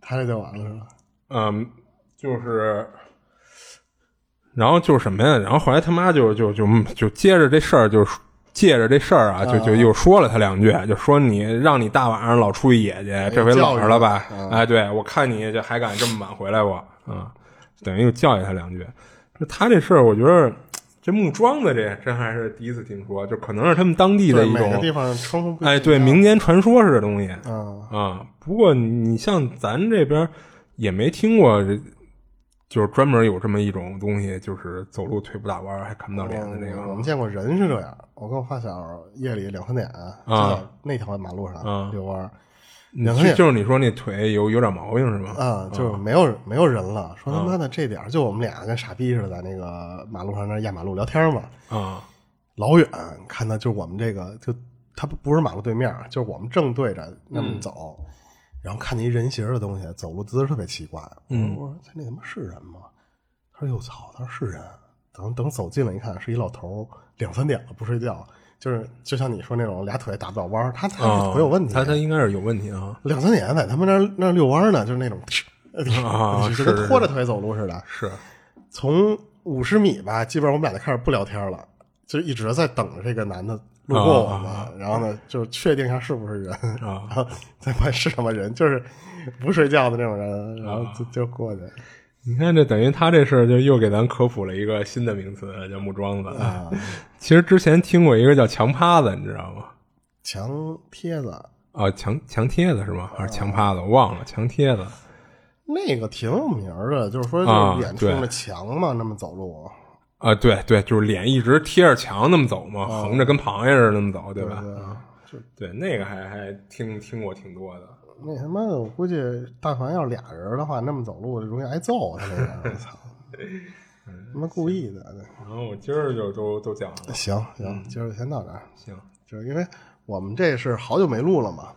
A: 他这就完了 是吧？
B: 嗯，就是，然后就是什么呀？然后后来他妈就就就就接着这事儿，就借着这事儿啊，就就又说了他两句，就说你让你大晚上老出去野去，这回老实了吧
A: 哎教育他？嗯
B: 哎，对我看你这还敢这么晚回来我，嗯，等于又教育他两句。就他这事儿，我觉得这木桩子这真还是第一次听说，就可能是他们当地的
A: 对，
B: 一
A: 每个
B: 种
A: 地方称呼不一
B: 哎，
A: 样
B: 对，民间传说似的东西
A: 啊，
B: 啊。不过你像咱这边儿也没听过这，就是专门有这么一种东西，就是走路腿不打弯儿还看不到脸的那
A: 嗯我
B: 个啊
A: 们见过人是这样。我跟我发小夜里两三点就在那条马路
B: 啊
A: 上遛弯儿，
B: 你
A: 两个
B: 就，
A: 眼
B: 就是你说那腿有有点毛病是吧？
A: 啊，就是没有没有人了，说他妈的这点儿就我们俩跟傻逼似的，在那个马路上那儿压马路聊天嘛，
B: 啊
A: 老远看到就是我们这个就他不是马路对面，就是我们正对着那
B: 嗯
A: 么走，然后看见一人形儿的东西，走路姿势特别奇怪，我
B: 嗯
A: 说我说他那他妈是人吗？他说哟操，他说是人，等等走近了一看是一老头儿，两三点了不睡觉，就是就像你说那种俩腿打不了弯儿，他他
B: 啊，
A: 腿有问题，
B: 他他应该是有问题啊。
A: 两三点在他们那儿那儿遛弯儿呢，就是那种，
B: 啊
A: 就是跟
B: 是
A: 拖着腿走路似的。
B: 是，
A: 从五十米吧，基本上我们俩就开始不聊天了，就一直在等着这个男的路过我们，然后呢就确定一下是不是人，
B: 啊
A: 然后再问是什么人，就是不睡觉的那种人，然后就
B: 啊
A: 就过去
B: 你看这等于他这事儿就又给咱科普了一个新的名词，叫木桩子。
A: 啊，
B: 其实之前听过一个叫墙趴子，你知道吗？
A: 墙贴子
B: 啊，墙墙贴子是吗？还是墙趴子？我忘了，墙贴子。
A: 那个挺有名儿的，就是说
B: 啊
A: 就是脸冲着
B: 对
A: 墙嘛，那么走路，
B: 啊，对对，就是脸一直贴着墙那么走嘛，横着跟螃蟹似的那么啊走，对吧？
A: 对
B: 啊对，那个还还听听过挺多的。
A: 那他妈的，我估计但凡要俩人的话，那么走路容易挨揍啊！他那个，我 操，他妈故意的。
B: 然后我今儿就都都讲了，
A: 行
B: 嗯
A: 行，今儿就先到这儿，
B: 行，
A: 就是因为我们这是好久没录了嘛，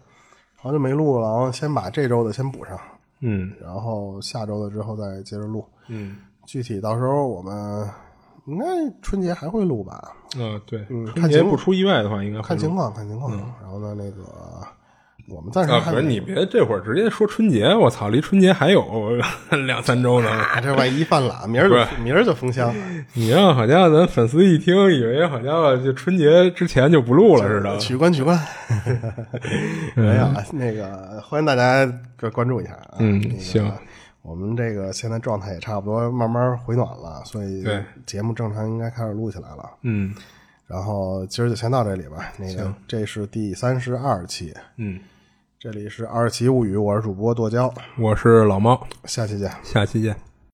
A: 好久没录了，然后先把这周的先补上，
B: 嗯
A: 然后下周的之后再接着录。
B: 嗯
A: 具体到时候我们应该春节还会录吧，
B: 啊，对，
A: 看
B: 春节
A: 情况
B: 不出意外的话，应该会
A: 看
B: 录
A: 情况看情况。然后呢，那个我们暂时
B: 嗯啊，
A: 还
B: 不是
A: 没
B: 你别这会儿直接说春节，我操，离春节还有 两三周呢。
A: 啊，这万一犯懒，明儿
B: 不
A: 就明儿就封 箱了。
B: 你让好家伙，咱粉丝一听，以为好家伙就春节之前就不录了似的。
A: 取关取关，
B: 嗯
A: 没有啊那个，欢迎大家关关注一下啊。
B: 嗯
A: 那个
B: 行
A: 我们这个现在状态也差不多，慢慢回暖了，所以
B: 对
A: 节目正常应该开始录起来了。
B: 嗯
A: 然后今儿就先到这里吧。那个，这是第三十二期，
B: 嗯，这里是《二十七物语》，我是主播剁椒，
A: 我是老猫，
B: 下期见。
A: 下期见。